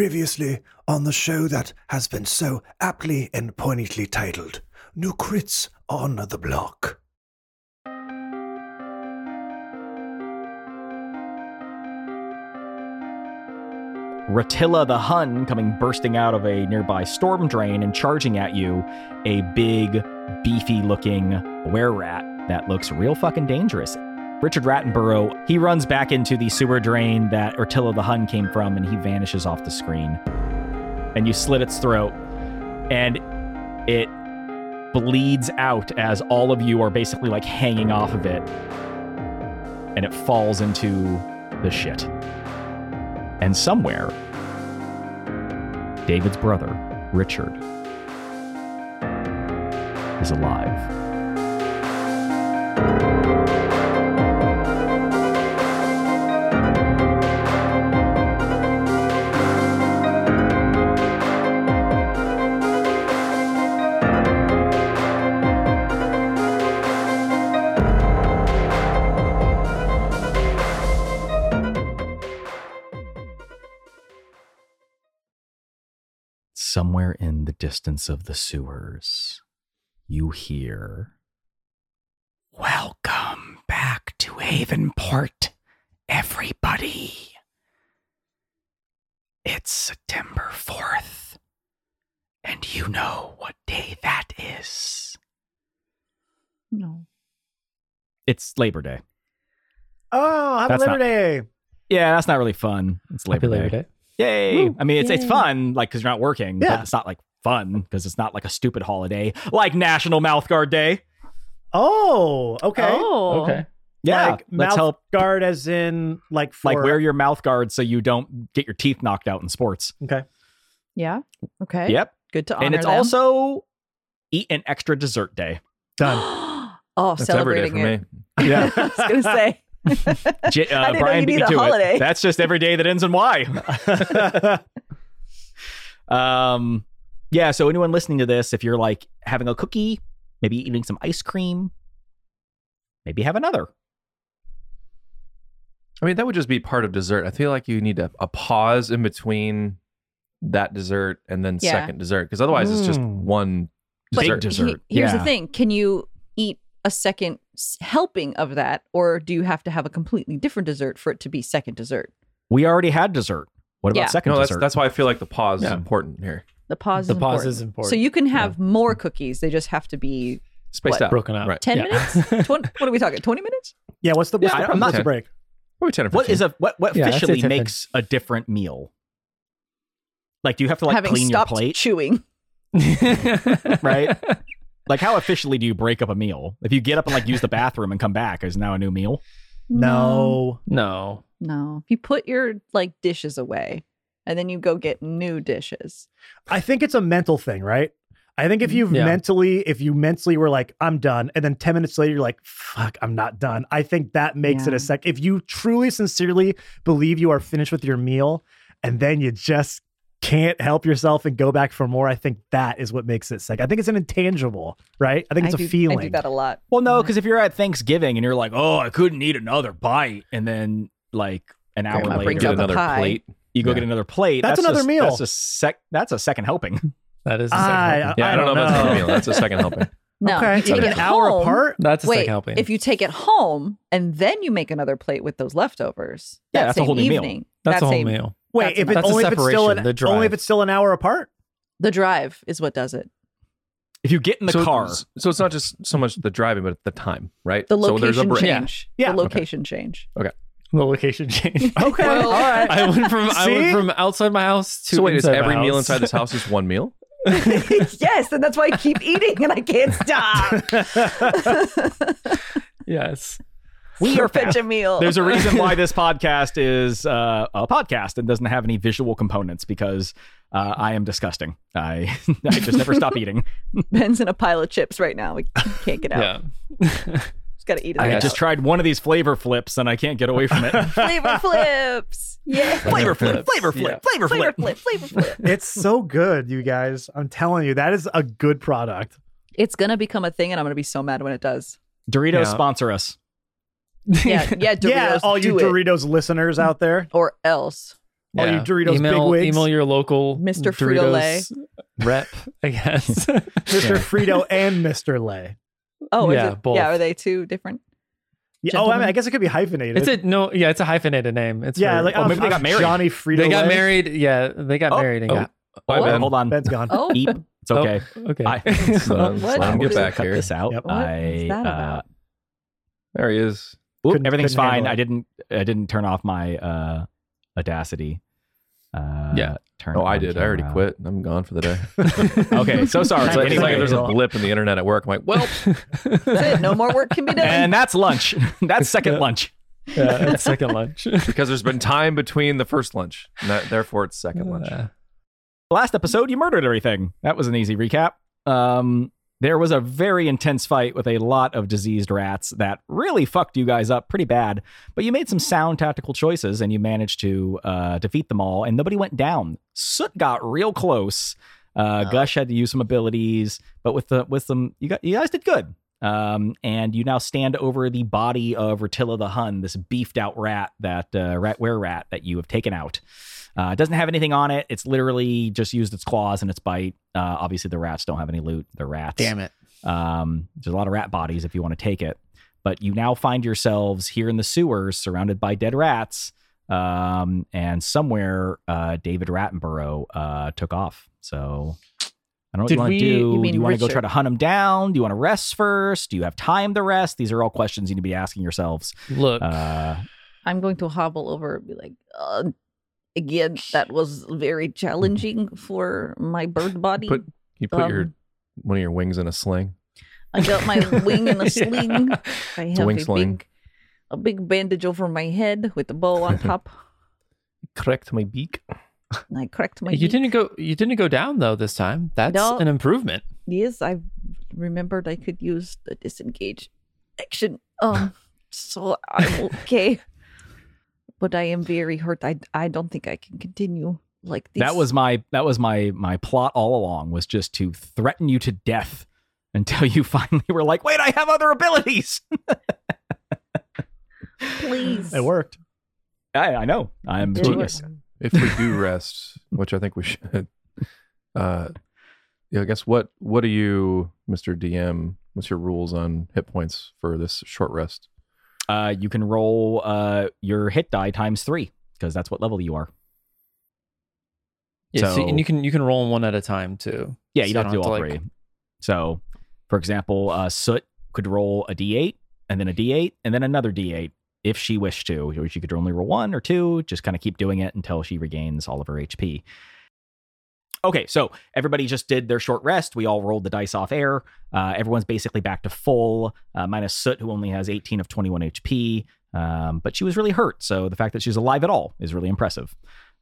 Previously on the show that has been so aptly and poignantly titled New Crits on the Block. Ratilla the Hun coming bursting out of a nearby storm drain and charging at you, a big, beefy looking were rat that looks real fucking dangerous. Richard Rattenborough, he runs back into the sewer drain that Ratilla the Hun came from and he vanishes off the screen. And you slit its throat and it bleeds out as all of you are basically like hanging off of it. And it falls into the shit. And somewhere, David's brother, Richard, is alive. Somewhere in the distance of the sewers, you hear Welcome back to Havenport, everybody. It's September 4th, and you know what day that is. No. It's Labor Day. Oh, happy That's Labor not- Day. Yeah, that's not really fun. It's Labor, Happy Labor Day. Yay! Woo. I mean, it's it's Yay. fun, like because you're not working, but Yeah. it's not like fun because it's not like a stupid holiday like National Mouth Guard Day. Oh, okay. Oh. Okay. Yeah, like let's mouth help. guard as in like for, Like wear your mouth guard so you don't get your teeth knocked out in sports. Yeah. Okay. Yep, Good to honor and it's them. also eat an extra dessert day. done. oh, That's every day celebrating for it. me. Yeah. I was gonna say. J- uh, I didn't know Brian you beat me need a to holiday. it. That's just every day that ends in Y. um, yeah. So anyone listening to this, if you're like having a cookie, maybe eating some ice cream, maybe have another. I mean, that would just be part of dessert. I feel like you need a, a pause in between that dessert and then Yeah. second dessert because otherwise it's just Mm. one But dessert. he- he- dessert. here's Yeah. the thing: Can you eat a second s- helping of that, or do you have to have a completely different dessert for it to be second dessert? We already had dessert. What about Yeah. second no, that's dessert? that's why I feel like the pause is Yeah. important here. The pause. The is pause important. is important. So you can have more cookies. They just have to be Spaced What? out. Broken. Right. up. ten Yeah. minutes. 20, what are we talking? Twenty minutes? yeah, what's the what's Yeah, the, I- I'm what's not- the break? Probably 10 or 15. what is a what what Yeah, I'd say officially different. makes a different meal? Like, do you have to like Having clean your stopped plate, chewing. right? Like, how officially do you break up a meal? If you get up and like use the bathroom and come back, is now a new meal? No. no. No. If you put your like dishes away and then you go get new dishes. I think it's a mental thing, right? I think if Mm-hmm. you've Yeah. mentally, if you mentally were like, I'm done, and then 10 minutes later you're like, fuck, I'm not done. I think that makes it Yeah. a sec. If you truly, sincerely believe you are finished with your meal and then you just can't help yourself and go back for more, I think that is what makes it sick. I think it's an intangible, right? I think it's a do, feeling. I do that a lot. Well, no, because if you're at Thanksgiving and you're like, oh, I couldn't eat another bite, and then like an hour Grandma brings later, out the another pie. plate. you go Yeah. get another plate. That's another a- meal. That's a sec. That's a second helping. That is the second I, helping. Yeah, I, don't, know, if that's a know. meal. That's a second helping. No. okay, you even take an it hour home. apart. That's the Wait, second helping. if you take it home and then you make another plate with those leftovers, Yeah, that that's a same whole new meal. evening, that's that a whole same- meal. Wait, That's if it, enough. That's a only if it's still separation, an, the only if drive. it's still an hour apart. The drive is what does it. If you get in the so, car, So it's not just so much the driving, but the time, right? The so there's a location break. change. Yeah. The location change. The location change. Okay, Well- all right. I went from I See? went from outside my house to So wait, is inside my every meal house. inside this house is one meal? yes, and that's why I keep eating and I can't stop. yes. we are Fetch a meal. There's a reason why this podcast is uh, a podcast and doesn't have any visual components because uh, I am disgusting. I, I just never stop eating. Ben's in a pile of chips right now. We can't get out. Yeah. Just gotta eat it. I out. just tried one of these flavor flips and I can't get away from it. flavor flips. Yeah. flavor flip, flavor flip, Yeah. flavor flavor flip. flip. Flavor flip. it's so good, you guys. I'm telling you, that is a good product. It's gonna become a thing, and I'm gonna be so mad when it does. Doritos Yeah. sponsor us. Yeah. Yeah. Doritos. yeah, all do you it, Doritos listeners out there. or else. All you Doritos email, bigwigs. Email your local Mr. Doritos rep, I guess. Mr. Frito and Mr. Lay. Oh, Yeah, is it? both. Yeah, are they two different? Yeah, oh, I, mean, Gentlemen? I guess it could be hyphenated. it's a no, yeah, it's a hyphenated name. It's yeah, for- like Oh, oh, maybe they got married. Johnny Frito. they got Lay. married. Yeah, they got Oh. married and Oh. got. Bye, Hold on, Ben. hold on. Ben's gone. Oh, Beep. It's Oh, okay. okay. I, What? I'm Get gonna back cut here. this out. Yep. What is I, that about? uh, There he is. Oop, Couldn't- everything's couldn't fine. handle it. I didn't I didn't turn off my uh audacity. Uh Yeah. Turn Oh, I on did. I already camera. quit. I'm gone for the day. Okay, so sorry. It's like, it's like Anyway. if there's a blip in the internet at work. I'm like, well, That's it. No more work can be done. And that's lunch. that's second Yeah. lunch. yeah, it's second lunch. because there's been time between the first lunch, not, therefore it's second lunch. Uh, Last episode, you murdered everything. That was an easy recap. Um, there was a very intense fight with a lot of diseased rats that really fucked you guys up pretty bad. But you made some sound tactical choices and you managed to uh, defeat them all, and nobody went down. Soot got real close. Uh, Gush had to use some abilities, but with the with them, you got you guys did good. Um, and you now stand over the body of Rotilla the Hun, this beefed out rat that uh, rat were rat that you have taken out. Uh, it doesn't have anything on it. It's literally just used its claws and its bite. Uh, obviously, the rats don't have any loot. They're rats. Damn it. Um, there's a lot of rat bodies if you want to take it. But you now find yourselves here in the sewers surrounded by dead rats. Um, and somewhere uh, David Rattenborough uh, took off. So I don't know what Did you want to we- do. you mean do you want to go Richard? try to hunt him down? Do you want to rest first? Do you have time to rest? These are all questions you need to be asking yourselves. look, Uh, I'm going to hobble over and be like, uh, again, that was very challenging for my bird body. Put you put your Um, one of your wings in a sling. I got my wing in a sling. Yeah. I a have wing a sling. big, a big bandage over my head with a bow on top. Correct my beak. and I cracked my. you beak. didn't go. You didn't go down though this time. That's No. an improvement. Yes, I remembered I could use the disengage action. Um, so I'm okay, but I am very hurt. I I don't think I can continue like this. that was my that was my my plot all along was just to threaten you to death until you finally were like, wait, I have other abilities. please. It worked. I, I know. I'm a Did it genius. If we do rest, which I think we should, uh, yeah, I guess what what are you, Mister DM? What's your rules on hit points for this short rest? Uh, you can roll uh, your hit die times three because that's what level you are. Yeah, so, So- and you can you can roll 'em one at a time too. So Yeah, you you don't have to do don't all have to, three. like- So, for example, uh, Soot could roll a D8 and then a D8 and then another D8 if she wished to. Or She could only roll one or two, just kind of keep doing it until she regains all of her HP. Okay, so everybody just did their short rest. We all rolled the dice off air. Uh, everyone's basically back to full, uh, minus Soot, who only has 18 of 21 HP. Um, but she was really hurt, so the fact that she's alive at all is really impressive.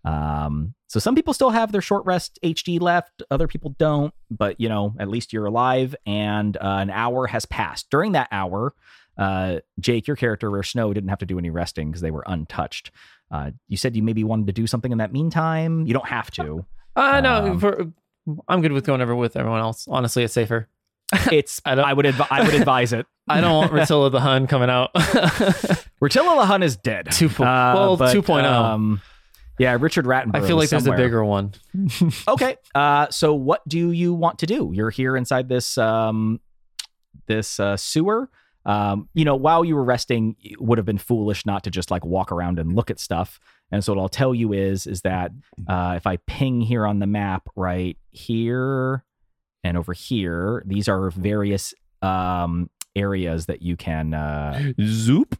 Um, so some people still have their short rest HD left, other people don't, but you know, at least you're alive and uh, an hour has passed. During that hour, uh, Jake, your character, Rare Snow, didn't have to do any resting because they were untouched. Uh, you said you maybe wanted to do something in that meantime. You don't have to. Uh, no, Um, for, I'm good with going over with everyone else. Honestly, it's safer. It's I, I don't- would advi- I would advise it. I don't want Rotilla the Hun coming out. Rotilla Lahun is dead. Two po- well, 2.0. Um, yeah, Richard Rattenborough. Uh, I feel like is there's a somewhere. bigger one. okay. Uh, so what do you want to do? You're here inside this um, this uh, sewer. Um, you know, while you were resting, it would have been foolish not to just like walk around and look at stuff. And so what I'll tell you is is that uh, if I ping here on the map, right here and over here, these are various um, areas that you can. Uh, Zoop.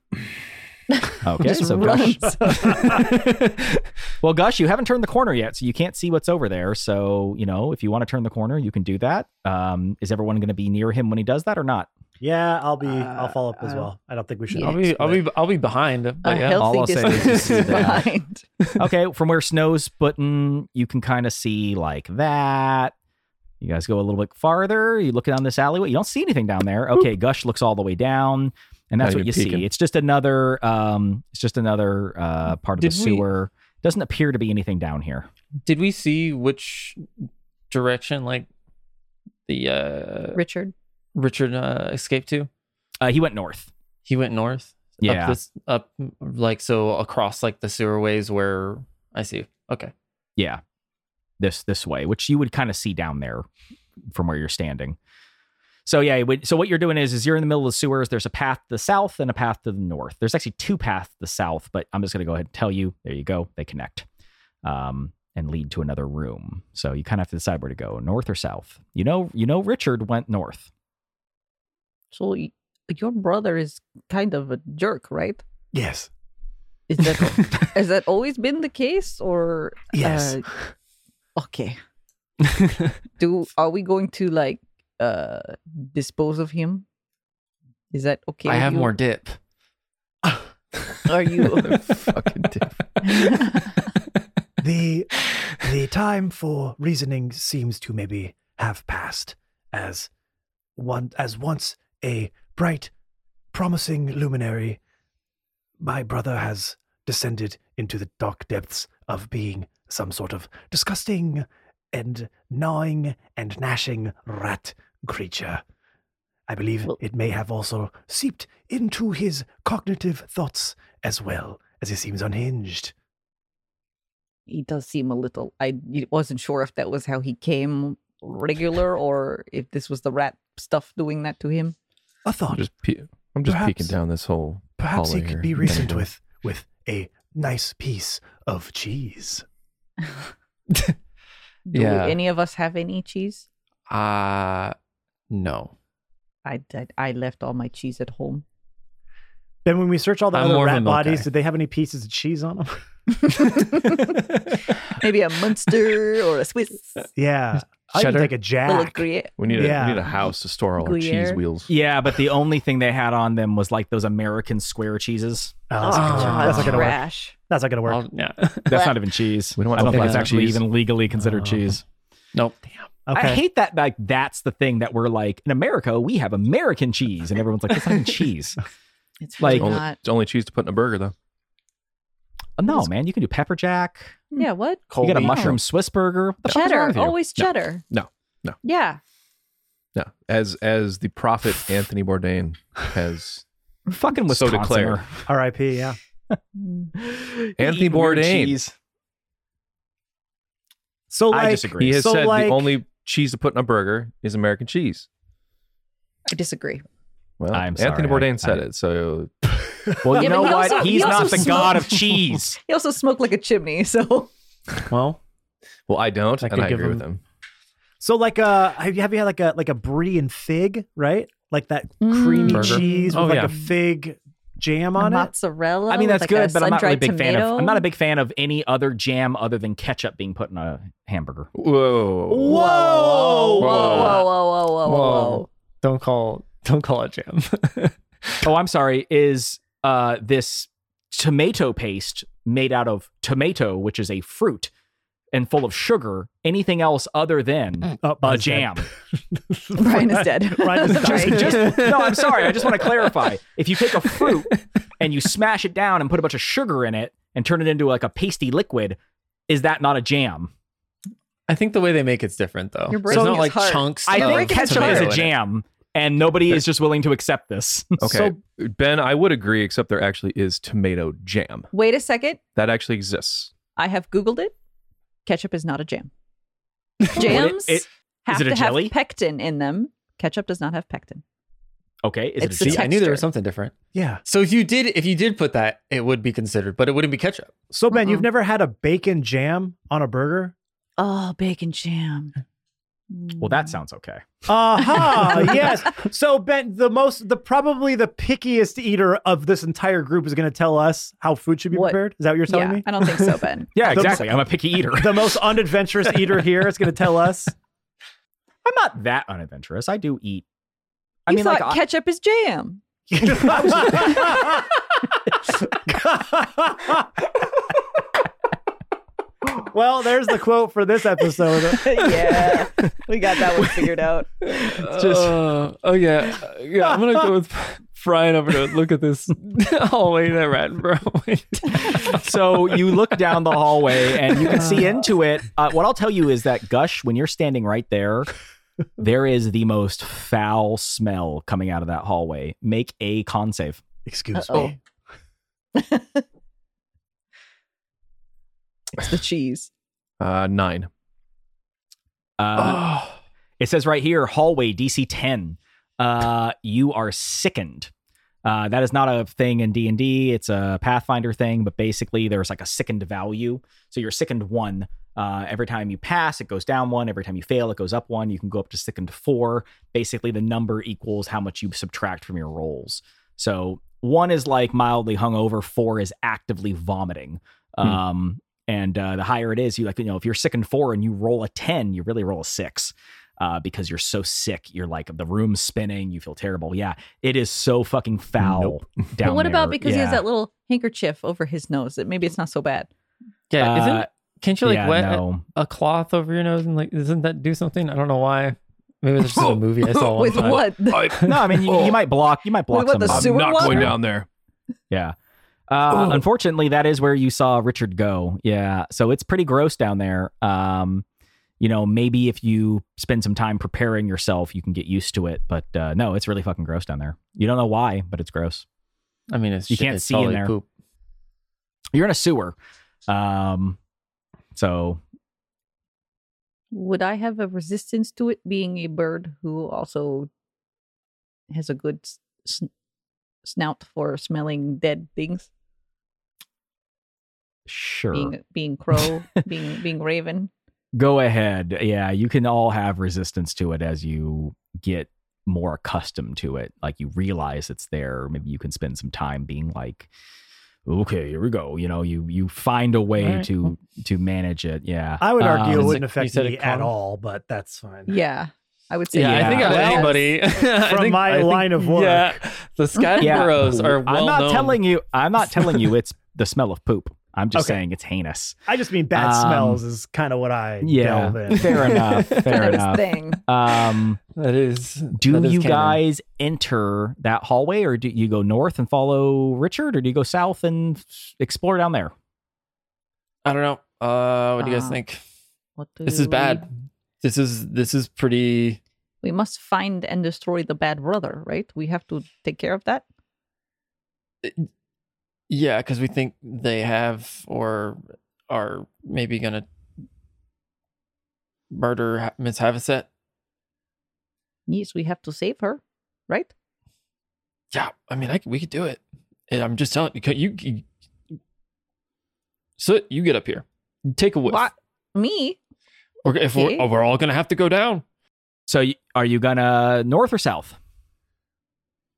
okay, Just so runs. Gush, well, Gush, you haven't turned the corner yet, so you can't see what's over there. So, you know, if you want to turn the corner, you can do that. Um, is everyone going to be near him when he does that or not? Yeah, I'll be. Uh, I'll follow up as uh, well. I don't think we should. Yeah. I'll be I'll split. be I'll be behind. a But yeah. all healthy I'll say is distance this is bad. behind. okay, from where Snow's footing, you can kind of see like that. You guys go a little bit farther. You look down this alleyway. You don't see anything down there. Okay, Gush looks all the way down, and that's Not what even you peeking. see. It's just another. Um, it's just another uh, part of the Did we- sewer. Doesn't appear to be anything down here. Did we see which direction like the uh, Richard, Richard uh, escaped to? Uh, he went north. He went north. Yeah. Up, this, up like so across like the sewerways where I see. Okay. yeah this this way which you would kind of see down there from where you're standing so yeah it would- so what you're doing is is you're in the middle of the sewers there's a path to the south and a path to the north there's actually two paths to the south but i'm just going to go ahead and tell you there you go they connect um, and lead to another room so you kind of have to decide where to go north or south you know you know richard went north So y- your brother is kind of a jerk, right? Yes. Is that has that always been the case, or Yes. Uh, okay? Do are we going to like uh dispose of him? Is that okay? I with have you? more dip. Are you? Fucking diff. The the time for reasoning seems to maybe have passed as one as once a bright promising luminary my brother has descended into the dark depths of being some sort of disgusting and gnawing and gnashing rat creature i believe Well- it may have also seeped into his cognitive thoughts as well as he seems unhinged he does seem a little. I wasn't sure if that was how he came regular, or if this was the rat stuff doing that to him. a thought I'm just, pe- I'm just peeking Perhaps- down this whole. Perhaps he Holly could or be reasoned Benedict. with with a nice piece of cheese. Do Yeah. any of us have any cheese? Uh no. I, I I left all my cheese at home. Then when we search all the I'm other more of a rat milk bodies, guy. did they have any pieces of cheese on them? Maybe a Munster or a Swiss. yeah. I Cheddar? even oh, like a Little jack. Gruyere. We need a Yeah. we need a house to store all our cheese Gruyere. wheels. yeah but the only thing they had on them was like those american square cheeses Oh, that's, not gonna Ah, work. that's not gonna work. trash. That's not gonna work. I'll- yeah. that's not even cheese We don't want i don't to think pick it's up actually cheese. even legally considered Oh. cheese Nope. okay. I hate that. Like that's the thing that we're like in America. We have American cheese, and everyone's like, "It's not even cheese." It's Like- really Only, not. it's only cheese to put in a burger though. Uh, no, man, you can do pepper jack. Yeah, what? You got a wheat. mushroom Swiss burger. Hmm. What the fuck is wrong Oh. cheddar. with you? Always cheddar. No, no. Yeah. No, as as the prophet Anthony Bourdain has fucking So Wisconsin. declared. R.I.P. Yeah. Anthony Bourdain. So like I disagree. he has So, said like- the only cheese to put in a burger is American cheese. I disagree. Well, I'm sorry, Anthony Bourdain I- said I- it, well, so you Yeah, but know he what? also- he He's also not the smoked- god of cheese. He also smoked like a chimney, so Well, well, I don't, I and could I give agree him- with him. so like uh have you have you had like a like a brie and fig, right? Like that Mm. creamy Burger? cheese with Oh, like yeah. a fig jam A on it. mozzarella. I mean, that's with like good, but I'm not really a sun-dried big fan of. tomato. I'm not a big fan of any other jam other than ketchup being put in a hamburger. Whoa. Whoa, whoa, whoa, Whoa. whoa, whoa, whoa, whoa, whoa. Whoa. don't call don't call it jam. Oh, I'm sorry. Is uh, this tomato paste made out of tomato, which is a fruit and full of sugar? Anything else other than Oh, a Brian's jam? dead. Brian is dead. Brian is Sorry. dead. Just- no, I'm sorry. I just want to clarify. If you take a fruit and you smash it down and put a bunch of sugar in it and turn it into like a pasty liquid, is that not a jam? I think the way they make it's different though. You're There's breaking not his like heart. chunks. I of You're think breaking his ketchup is tomato a in it. jam, and nobody is just willing to accept this. Okay, Ben, I would agree, except there actually is tomato jam Wait a second. that actually exists. I have Googled it. Ketchup is not a jam. Jams it- have it a to jelly? have pectin in them. Ketchup does not have pectin. Okay, is It's it a the See, jam? I knew there was texture. something different. Yeah. So if you did if you did put that, it would be considered, but it wouldn't be ketchup. So Ben, Uh-uh. you've never had a bacon jam on a burger? Oh, bacon jam. Hmm. well, that sounds okay. Aha, yes. So Ben, the most the probably the pickiest eater of this entire group is gonna tell us how food should be What? prepared. Is that what you're telling yeah, me? I don't think so, Ben. Yeah, The- exactly. I'm a picky eater. the most unadventurous eater here is going to tell us. I'm not that unadventurous. I do eat. I you mean, thought like, I- ketchup is jam. well, there's the quote for this episode. yeah, we got that one figured out. just- Uh, oh yeah, Uh, yeah. I'm gonna go with Brian over to look at this hallway that rat bro. so you look down the hallway and you can see into it. Uh, what I'll tell you is that, Gush, when you're standing right there, there is the most foul smell coming out of that hallway. Make a con save. Excuse Uh-oh. me. It's the cheese. Uh, nine. Uh, Oh. It says right here, hallway DC 10. Uh, you are sickened. Uh, that is not a thing in D and D. It's a Pathfinder thing, but basically there's like a sickened value. So you're sickened one. Uh, every time you pass, it goes down one. Every time you fail, it goes up one. You can go up to sickened four. Basically, the number equals how much you subtract from your rolls. So one is like mildly hungover. Four is actively vomiting. Hmm. Um, and uh, the higher it is, you like you know if you're sickened four and you roll a ten, you really roll a six uh, because you're so sick. You're like the room's spinning. You feel terrible. Yeah, it is so fucking foul down but what about there. because he has Yeah. that little handkerchief over his nose? That maybe it's not so bad. Yeah, Uh, isn't can't you like yeah, wet no. a cloth over your nose and like doesn't that do something? I don't know why. Maybe it's just a movie I Oh, saw. One With time. what? no, I mean you, you might block. You might block Oh. What some. about the of sewer them. I'm not water? going down there. Yeah. Uh, Ugh. unfortunately, that is where you saw Richard go. Yeah, so it's pretty gross down there. Um, you know, maybe if you spend some time preparing yourself, you can get used to it. But uh, no, it's really fucking gross down there. You don't know why, but it's gross. I mean, it's You shit, can't it's see in probably there. Poop. You're in a sewer. Um, so Would I have a resistance to it being a bird who also has a good s- sn- snout for smelling dead things? sure. Being being crow, being being raven. Go ahead. Yeah, you can all have resistance to it as you get more accustomed to it. Like you realize it's there. Maybe you can spend some time being like, okay, here we go. You know, you you find a way All right, to cool. to manage it. Yeah. I would Um, argue it Is it- wouldn't you affect said me it at con? all, but that's fine. Yeah, I would say. Yeah, I think Yeah. out of Well, anybody from my line of work. Yeah, the Scarecrows are well I'm not known. telling you. I'm not telling you. It's the smell of poop. I'm just Okay. saying it's heinous. I just mean bad Um, smells is kind of what I yeah. delve in. Fair enough. Fair Kind of enough. thing. Um, That is. do that is you canon. guys enter that hallway, or do you go north and follow Richard, or do you go south and s- explore down there? I don't know. Uh, what do you guys Uh, think? What do This is we- bad. This is this is pretty. We must find and destroy the bad brother, right? We have to take care of that. Yeah, because we think they have or are maybe gonna murder Ha- Miss Havasset. Yes, we have to save her, right? Yeah, I mean, I, c- we could do it. And I'm just telling you, c- you, you- so you get up here, take a whiff. What? Me? We're, if we're, oh, Okay. we're all gonna have to go down. So, y- are you gonna north or south?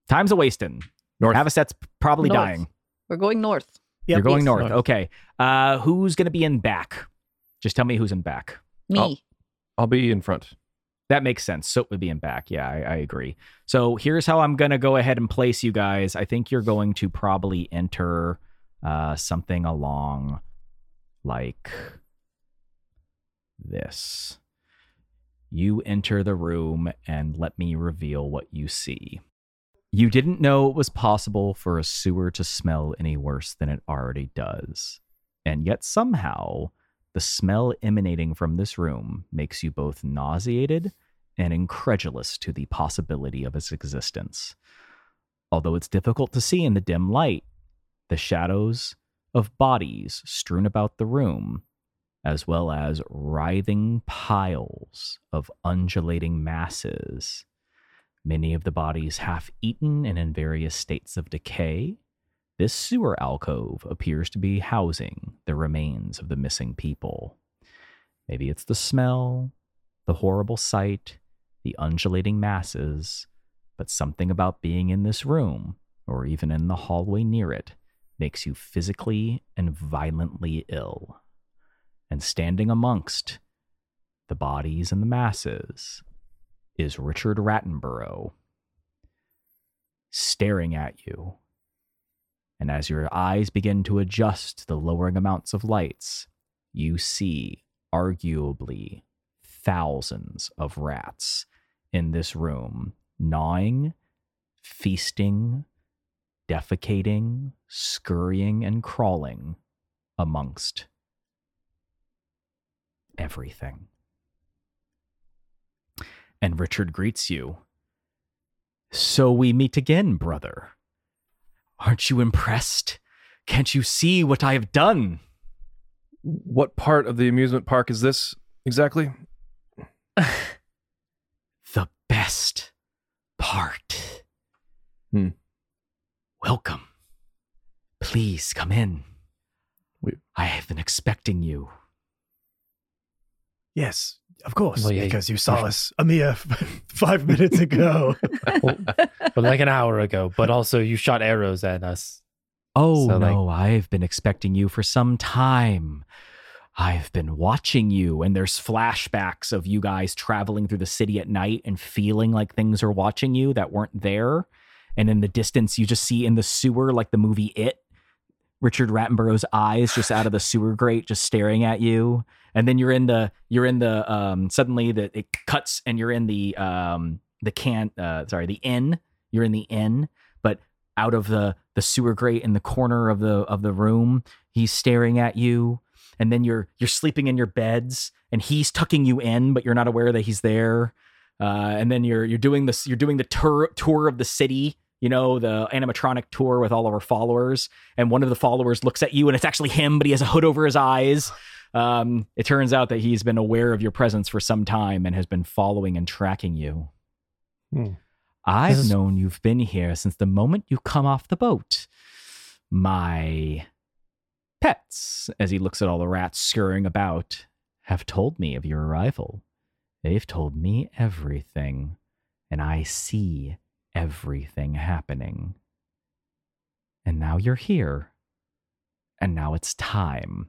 Time's a wasting. North. Havaset's probably North. dying. We're going north. Yep. You're going Yes. north. North. Okay. Uh, who's gonna be in back? Just tell me who's in back. Me. Oh. I'll be in front. That makes sense. Soap would be in back. Yeah, I, I agree. So here's how I'm gonna go ahead and place you guys. I think you're going to probably enter uh, something along like this. You enter the room and let me reveal what you see. You didn't know it was possible for a sewer to smell any worse than it already does. And yet somehow the smell emanating from this room makes you both nauseated and incredulous to the possibility of its existence. Although it's difficult to see in the dim light, the shadows of bodies strewn about the room, as well as writhing piles of undulating masses, many of the bodies half eaten and in various states of decay. This sewer alcove appears to be housing the remains of the missing people. Maybe it's the smell, the horrible sight, the undulating masses, but something about being in this room, or even in the hallway near it, makes you physically and violently ill. And standing amongst the bodies and the masses is Richard Rattenborough staring at you. And as your eyes begin to adjust to the lowering amounts of lights, you see arguably thousands of rats in this room, gnawing, feasting, defecating, scurrying, and crawling amongst everything. And Richard greets you. So we meet again, brother. Aren't you impressed? Can't you see what I have done? What part of the amusement park is this exactly? the best part. Hmm. Welcome. Please come in. We- I have been expecting you. Yes, of course, Well, yeah, because you saw us a mere f- five minutes ago. but like an hour ago. But also, you shot arrows at us. Oh So, like- no, I've been expecting you for some time. I've been watching you, and there's flashbacks of you guys traveling through the city at night and feeling like things are watching you that weren't there. And in the distance, you just see in the sewer, like the movie It, Richard Rattenborough's eyes just out of the sewer grate, just staring at you. And then you're in the you're in the um suddenly that it cuts and you're in the um the can uh sorry the inn you're in the inn but out of the the sewer grate in the corner of the of the room he's staring at you and then you're you're sleeping in your beds and he's tucking you in but you're not aware that he's there uh, and then you're you're doing this you're doing the tour tour of the city you know the animatronic tour with all of our followers and one of the followers looks at you and it's actually him but he has a hood over his eyes um, it turns out that he's been aware of your presence for some time and has been following and tracking you Hmm. I've This is- known you've been here since the moment you come off the boat. My pets, as he looks at all the rats scurrying about, have told me of your arrival. They've told me everything, and I see everything happening. And now you're here. And now it's time.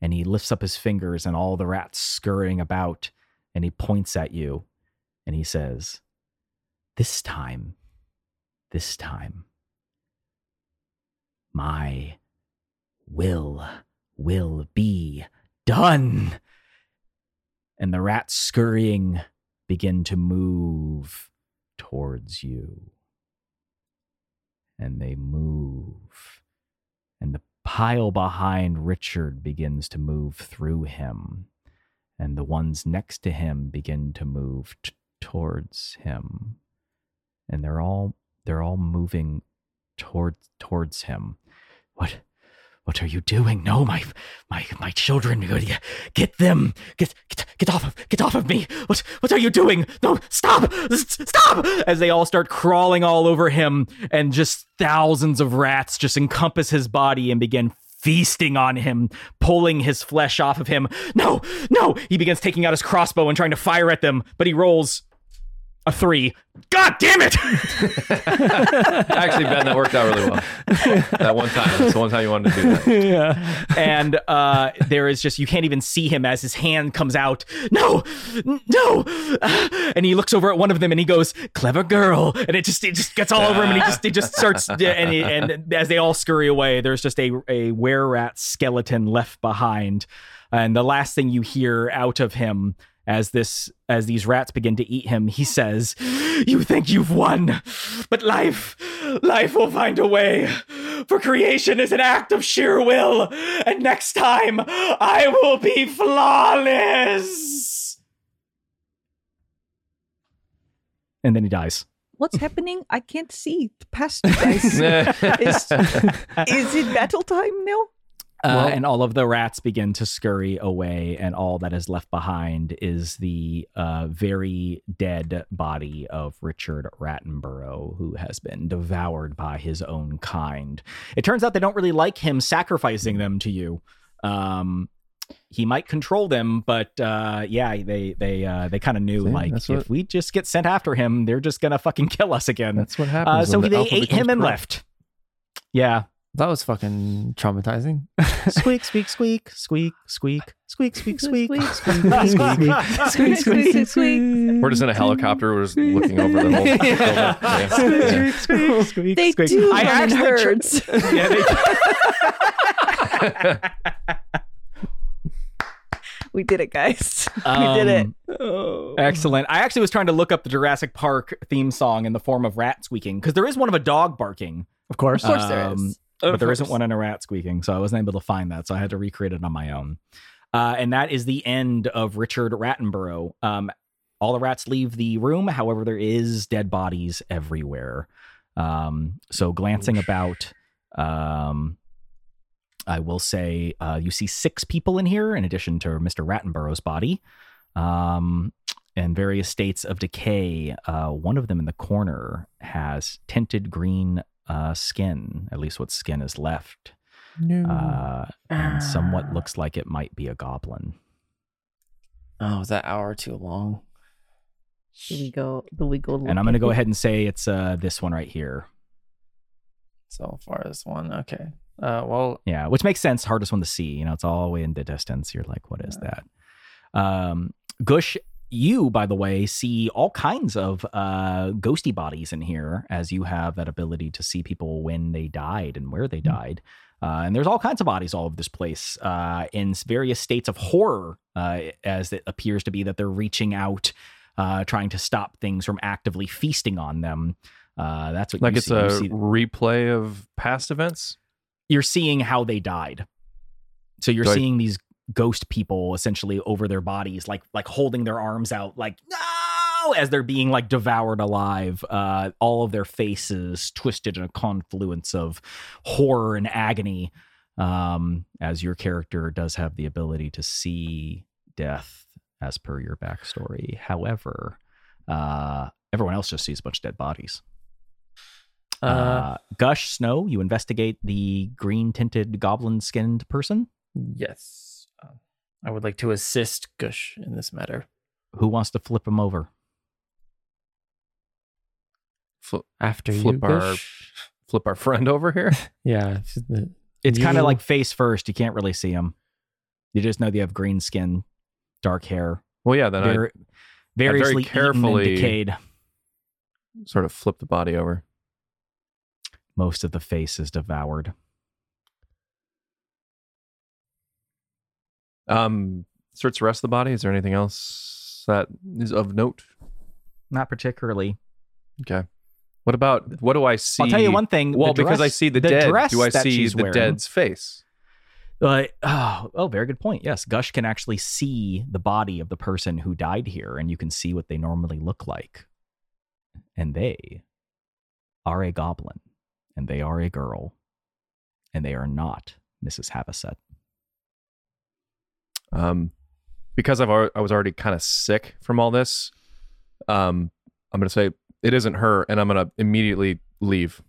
And he lifts up his fingers, and all the rats scurrying about, and he points at you, and he says, this time, this time, my will will be done. And the rats scurrying begin to move towards you. And they move. And the pile behind Richard begins to move through him. And the ones next to him begin to move t- towards him and they're all they're all moving toward towards him. What what are you doing? No, my my my children, get them. Get get, get off of get off of me. What what are you doing? No, stop. S- Stop. As they all start crawling all over him and just thousands of rats just encompass his body and begin feasting on him, pulling his flesh off of him. No, no. He begins taking out his crossbow and trying to fire at them, but he rolls a 3. God damn it. Actually, Ben, that worked out really well. that one time. That's the one time you wanted to do that. yeah. and uh, there is just you can't even see him as his hand comes out. No, n- no! And he looks over at one of them and he goes, "Clever girl!" And it just it just gets all over him and he just it just starts and he, and as they all scurry away, there's just a a were rat skeleton left behind, and the last thing you hear out of him. As this, as these rats begin to eat him, he says, "You think you've won, but life, life will find a way. For creation is an act of sheer will, and next time I will be flawless. And then he dies. What's happening? I can't see past you guys. is, is it battle time now? Uh, and all of the rats begin to scurry away, and all that is left behind is the uh, very dead body of Richard Rattenborough, who has been devoured by his own kind. It turns out they don't really like him sacrificing them to you. Um, he might control them, but uh, yeah, they they uh, they kind of knew See, like that's if what- we just get sent after him, they're just gonna fucking kill us again. That's what Uh, happens. so when the they alpha ate becomes him and corrupt. left. Yeah. That was fucking traumatizing. squeak, squeak, squeak, squeak, squeak, squeak, squeak, squeak, Squeak, squeak, squeak, squeak, squeak. Squeak, squeak, squeak, squeak. We're just in a helicopter. We're just looking over the whole. building. Yeah. squeak, squeak, They squeak. do I run in actually tr- herds. Yeah, they- we did it, guys. Um, we did it. Excellent. I actually was trying to look up the Jurassic Park theme song in the form of rat squeaking because there is one of a dog barking, Of course. Of course there Um, is. but there isn't one in a rat squeaking, so I wasn't able to find that, so I had to recreate it on my own. Uh, and that is the end of Richard Rattenborough. Um, all the rats leave the room, however, there is dead bodies everywhere. Um, so glancing about, um, I will say uh, you see six people in here, in addition to Mr. Rattenborough's body, um, and various states of decay. Uh, one of them in the corner has tinted green uh, skin, at least what skin is left, Mm. No. uh, and Ah. somewhat looks like it might be a goblin. Oh, was that hour too long? Do we go? Do we go? And I'm going to go ahead and say it's uh, this one right here. So far as one. Okay. Uh, well, Yeah, which makes sense. Hardest one to see. You know, it's all the way in the distance. You're like, what is that? Um, Gush, you, by the way, see all kinds of uh, ghosty bodies in here as you have that ability to see people when they died and where they Hmm. died. Uh, and there's all kinds of bodies all over this place uh, in various states of horror, uh, as it appears to be that they're reaching out, uh, trying to stop things from actively feasting on them. Uh, that's what Like you it's see. You a see- replay of past events. you're seeing how they died. So you're Do I- seeing these ghost people essentially over their bodies, like like holding their arms out, like no, as they're being like devoured alive. Uh, all of their faces twisted in a confluence of horror and agony. Um, as your character does have the ability to see death, as per your backstory. However, uh, everyone else just sees a bunch of dead bodies. uh, Uh, Gush Snow, you investigate the green tinted goblin skinned person. yes. Um, I would like to assist Gush in this matter. Who wants to flip him over? Fl- After Flip you, our- Gush? flip our friend over here. Yeah. it's the- It's kind You- of like face first. You can't really see him. You just know they have green skin, dark hair, Well, yeah, then very, variously eaten and carefully- decayed. I sort of flip the body over. Most of the face is devoured. Um, search the rest of the body. Is there anything else that is of note? Not particularly. Okay. What about what do I see? I'll tell you one thing. the Well, because I dress- see the, dead, dress do I that see she's the wearing- dead's face? Uh, oh, oh, very good point. Yes, Gush can actually see the body of the person who died here, and you can see what they normally look like. And they are a goblin, and they are a girl, and they are not Mrs. Havasset. Um, because I've al- I was already kind of sick from all this. Um, I'm gonna say it isn't her, and I'm gonna immediately leave.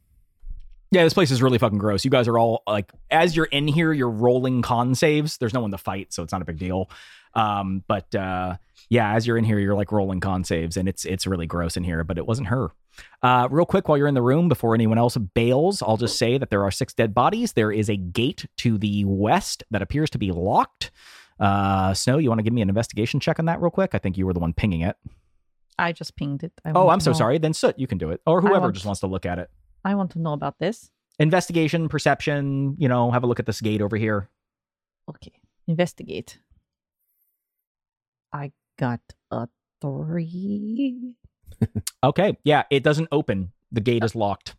Yeah, this place is really fucking gross. You guys are all like, as you're in here, you're rolling con saves. There's no one to fight, so it's not a big deal. Um, but uh, yeah, as you're in here, you're like rolling con saves, and it's it's really gross in here. But it wasn't her. Uh, real quick, while you're in the room, before anyone else bails, I'll just say that there are six dead bodies. There is a gate to the west that appears to be locked. Uh, Snow, you want to give me an investigation check on that real quick? I think you were the one pinging it. I just pinged it. I Oh, want I'm to so know- sorry. Then Soot, you can do it, or whoever want- just wants to look at it. I want to know about this. Investigation, perception, you know, have a look at this gate over here. Okay, investigate. I got a three. Okay. Yeah, it doesn't open. The gate is locked.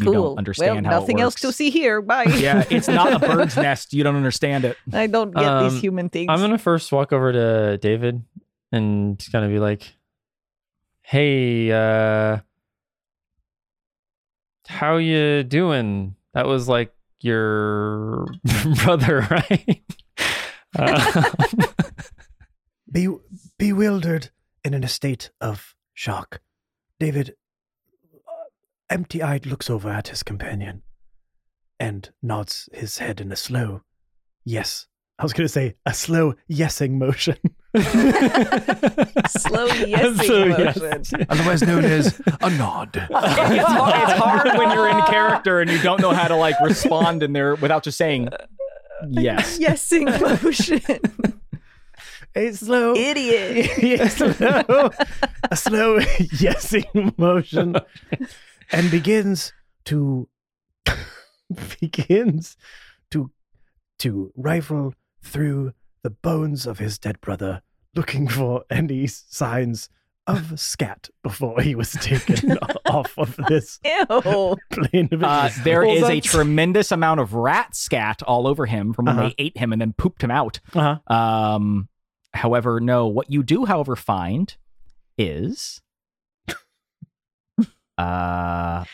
You Cool. don't understand well, how nothing it else works. to see here. Bye. yeah, it's not a bird's nest. You don't understand it. I don't get Um, these human things. I'm gonna first walk over to David and kind of be like, "Hey, uh, how you doing? That was like your brother, right?" Uh, Be- bewildered and in a state of shock, David uh, empty eyed looks over at his companion and nods his head in a slow yes. I was gonna say a slow yesing motion. Slow yes So, motion. yes. Otherwise known as a nod. It's hard, it's hard when you're in character and you don't know how to like respond in there without just saying yes. Yesing motion. A slow, Idiot. a slow, a slow yesing motion, and begins to begins. to rifle through the bones of his dead brother, looking for any signs of scat before he was taken off of this Ew. plane of Uh, existence. there Well, is a that's- tremendous amount of rat scat all over him from when Uh-huh. they ate him and then pooped him out. Uh-huh. Um, however, no. What you do, however, find is uh,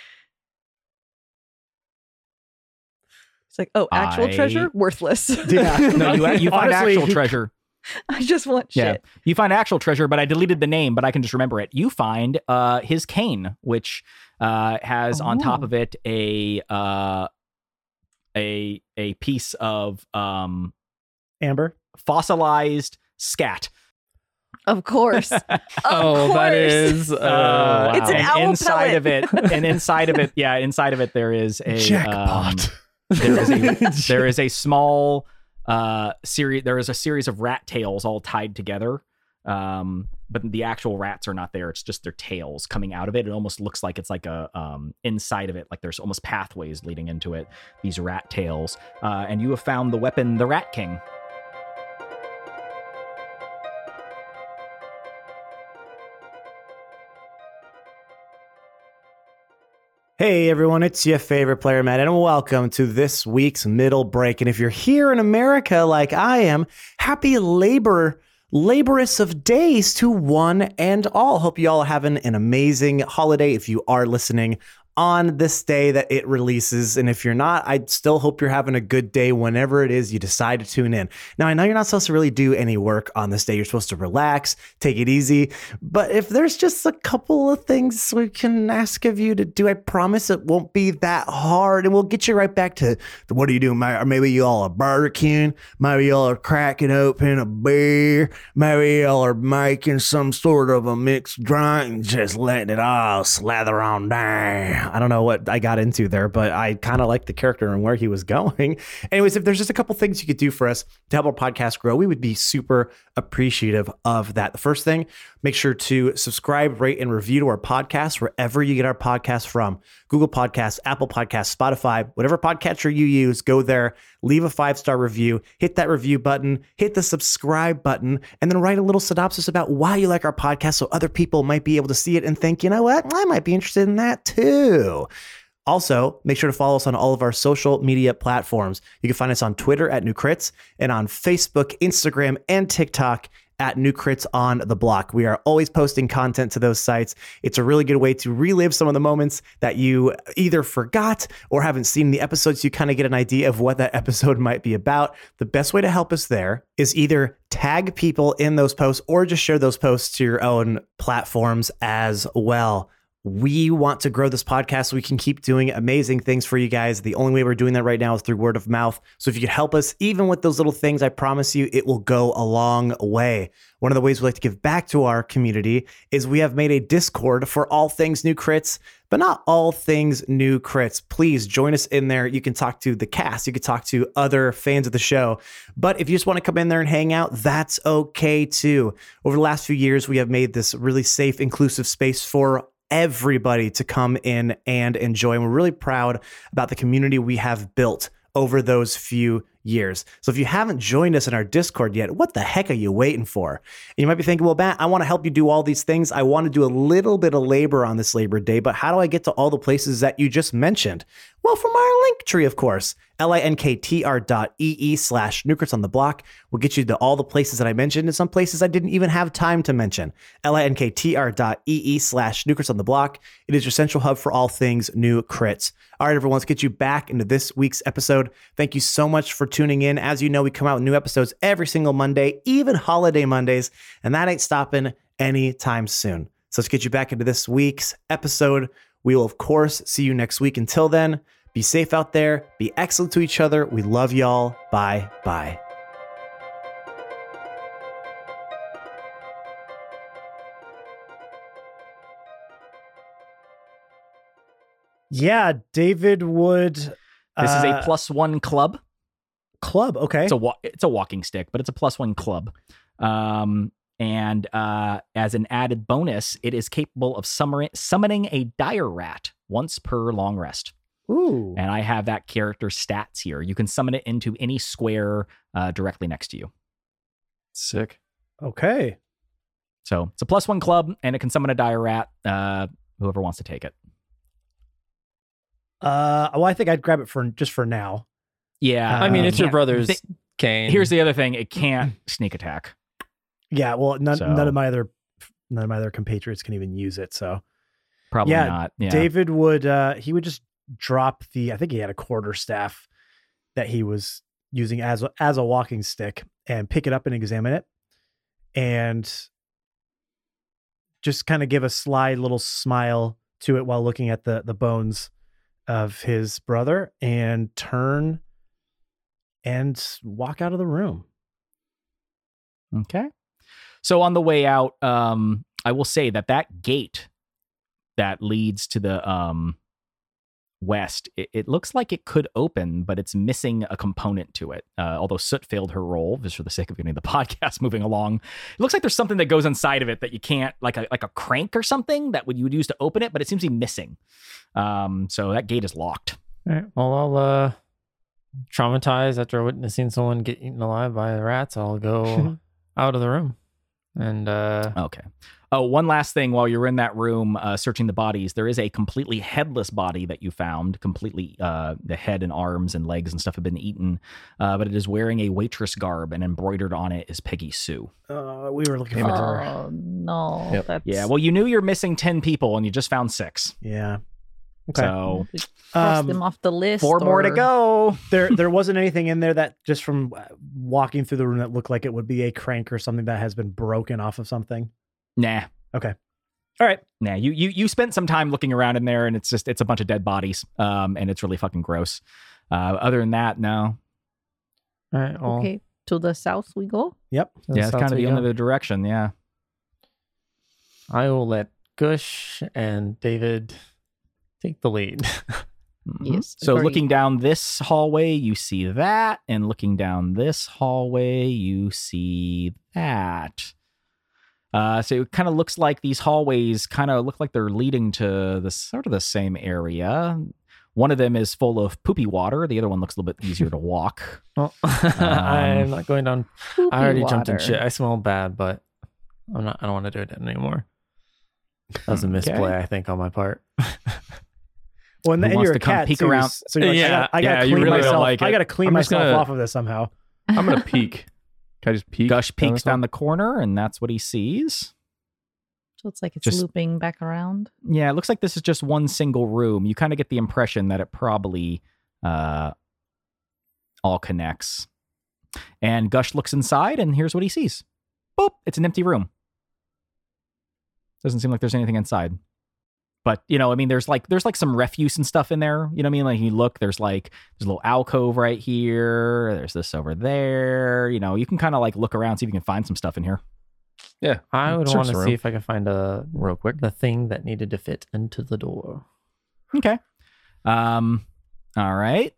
It's like, oh, actual I- treasure? Worthless. Yeah. No, you, you find Honestly, actual he- treasure. I just want Yeah. shit. You find actual treasure, but I deleted the name, but I can just remember it. You find uh, his cane, which uh, has on top Oh. of it a uh, a a piece of um, Amber. fossilized scat. Of course. Of oh, course. that is. oh, Uh, wow. It's an and owl inside pellet. of it, and inside of it, yeah, inside of it there is a um, Jackpot. there is a there is a small uh series there is a series of rat tails all tied together um but the actual rats are not there it's just their tails coming out of it it almost looks like it's like a um inside of it like there's almost pathways leading into it these rat tails uh and you have found the weapon the rat king Hey everyone, it's your favorite player, Matt, and welcome to this week's middle break. And if you're here in America like I am, happy labor laborious of days to one and all. Hope you all are having an amazing holiday if you are listening on this day that it releases. And if you're not, I still hope you're having a good day whenever it is you decide to tune in. Now, I know you're not supposed to really do any work on this day. You're supposed to relax, take it easy. But if there's just a couple of things we can ask of you to do, I promise it won't be that hard. And we'll get you right back to the, what are you doing? Ma- Or maybe you all are barbecuing. Maybe you all are cracking open a beer. Maybe you all are making some sort of a mixed drink and just letting it all slather on down. I don't know what I got into there, but I kind of like the character and where he was going. Anyways, if there's just a couple things you could do for us to help our podcast grow, we would be super appreciative of that. The first thing, make sure to subscribe, rate, and review to our podcast wherever you get our podcast from Google Podcasts, Apple Podcasts, Spotify, whatever podcatcher you use, go there, leave a five star review, hit that review button, hit the subscribe button, and then write a little synopsis about why you like our podcast so other people might be able to see it and think, you know what, I might be interested in that too. Also, make sure to follow us on all of our social media platforms. You can find us on Twitter at New Crits and on Facebook, Instagram, and TikTok at New Crits on the Block. We are always posting content to those sites. It's a really good way to relive some of the moments that you either forgot or haven't seen the episodes. You kind of get an idea of what that episode might be about. The best way to help us there is either tag people in those posts or just share those posts to your own platforms as well we want to grow this podcast so we can keep doing amazing things for you guys. The only way we're doing that right now is through word of mouth. So if you could help us, even with those little things, I promise you it will go a long way. One of the ways we like to give back to our community is we have made a Discord for all things new crits, but not all things new crits. Please join us in there. You can talk to the cast, you can talk to other fans of the show. But if you just want to come in there and hang out, that's okay too. Over the last few years, we have made this really safe, inclusive space for everybody to come in and enjoy. And we're really proud about the community we have built over those few years. So if you haven't joined us in our Discord yet, what the heck are you waiting for? And you might be thinking, well, Matt, I want to help you do all these things. I want to do a little bit of labor on this Labor Day, but how do I get to all the places that you just mentioned? Well, from our link tree, of course, linktr dot ee slash Nukrits on the block will get you to all the places that I mentioned and some places I didn't even have time to mention. linktr dot ee slash Nukrits on the block. It is your central hub for all things new crits. All right, everyone, let's get you back into this week's episode. Thank you so much for tuning in. As you know, we come out with new episodes every single Monday, even holiday Mondays, and that ain't stopping anytime soon. So let's get you back into this week's episode. We will, of course, see you next week. Until then, be safe out there. Be excellent to each other. We love y'all. Bye. Bye. Yeah, David uh, would. this is Uh, a plus one club club. Okay. Eh? it's a wa- it's a walking stick, but it's a plus one club. Um, and uh, as an added bonus, it is capable of summer- summoning a dire rat once per long rest. Ooh. And I have that character stats here. You can summon it into any square uh, directly next to you. Sick. Okay. So it's a plus one club, and it can summon a dire rat. Uh, whoever wants to take it. Uh, well, I think I'd grab it for just for now. Yeah, I mean, Um, it's your can't- brother's thi- cane. Here's the other thing: it can't sneak attack. Yeah. Well, none, So- none of my other none of my other compatriots can even use it. So Probably Yeah, not. Yeah. David would uh he would just drop the I think he had a quarter staff that he was using as a, as a walking stick and pick it up and examine it and just kind of give a sly little smile to it while looking at the the bones of his brother and turn and walk out of the room. Okay. So on the way out, um, I will say that that gate that leads to the um, west, it, it looks like it could open, but it's missing a component to it. Uh, although Soot failed her role, just for the sake of getting the podcast moving along, it looks like there's something that goes inside of it that you can't, like a like a crank or something that would you would use to open it, but it seems to be missing. Um, so that gate is locked. All right. Well, I'll uh, traumatized after witnessing someone get eaten alive by rats. I'll go out of the room, and uh, Okay. Oh, one last thing while you're in that room uh, searching the bodies, there is a completely headless body that you found. Completely, uh, the head and arms and legs and stuff have been eaten, uh, but it is wearing a waitress garb, and embroidered on it is Peggy Sue. Uh, we were looking Damn it. for her. Oh no, Yep. that's Yeah, well, you knew you're missing 10 people, and you just found six. Yeah. Okay. So, We crossed Um, them off the list. four more to or- go. there there wasn't anything in there that just from uh, walking through the room that looked like it would be a crank or something that has been broken off of something. Nah. Okay. All right. Nah, you, you you spent some time looking around in there, and it's just it's a bunch of dead bodies, um, and it's really fucking gross. Uh, other than that, no. all right. Well, Okay, to the south we go. Yep. that's yeah, it's how kind of we the go. other direction. Yeah. I will let Gush and David take the lead. Mhm. Yes, So agree. looking down this hallway, you see that, and looking down this hallway, you see that. Uh, so it kind of looks like these hallways kind of look like they're leading to the sort of the same area. One of them is full of poopy water. The other one looks a little bit easier to walk. Well, I'm not going down. Poopy I already jumped in water. shit. I smell bad, but I'm not. I don't want to do it anymore. That was a misplay, I think, on my part. Well, and, Who and wants you're to a come cat peek too, around? so you're like, Yeah, I gotta, I gotta yeah, you clean really don't myself. like I it. gotta clean I'm just myself gonna- off of this somehow. I'm gonna peek. Can I just peek? Gush down peeks this one? down the corner, and that's what he sees. So it's like it's Just- looping back around. Yeah, it looks like this is just one single room. You kind of get the impression that it probably uh, all connects. And Gush looks inside, and here's what he sees. Boop! It's an empty room. Doesn't seem like there's anything inside. But you know, I mean, there's like there's like some refuse and stuff in there. You know what I mean? Like you look, there's like there's a little alcove right here. There's this over there. You know, you can kind of like look around, see if you can find some stuff in here. I would Search want the to room. see if I can find a real quick. the thing that needed to fit into the door. Okay. Um. All right.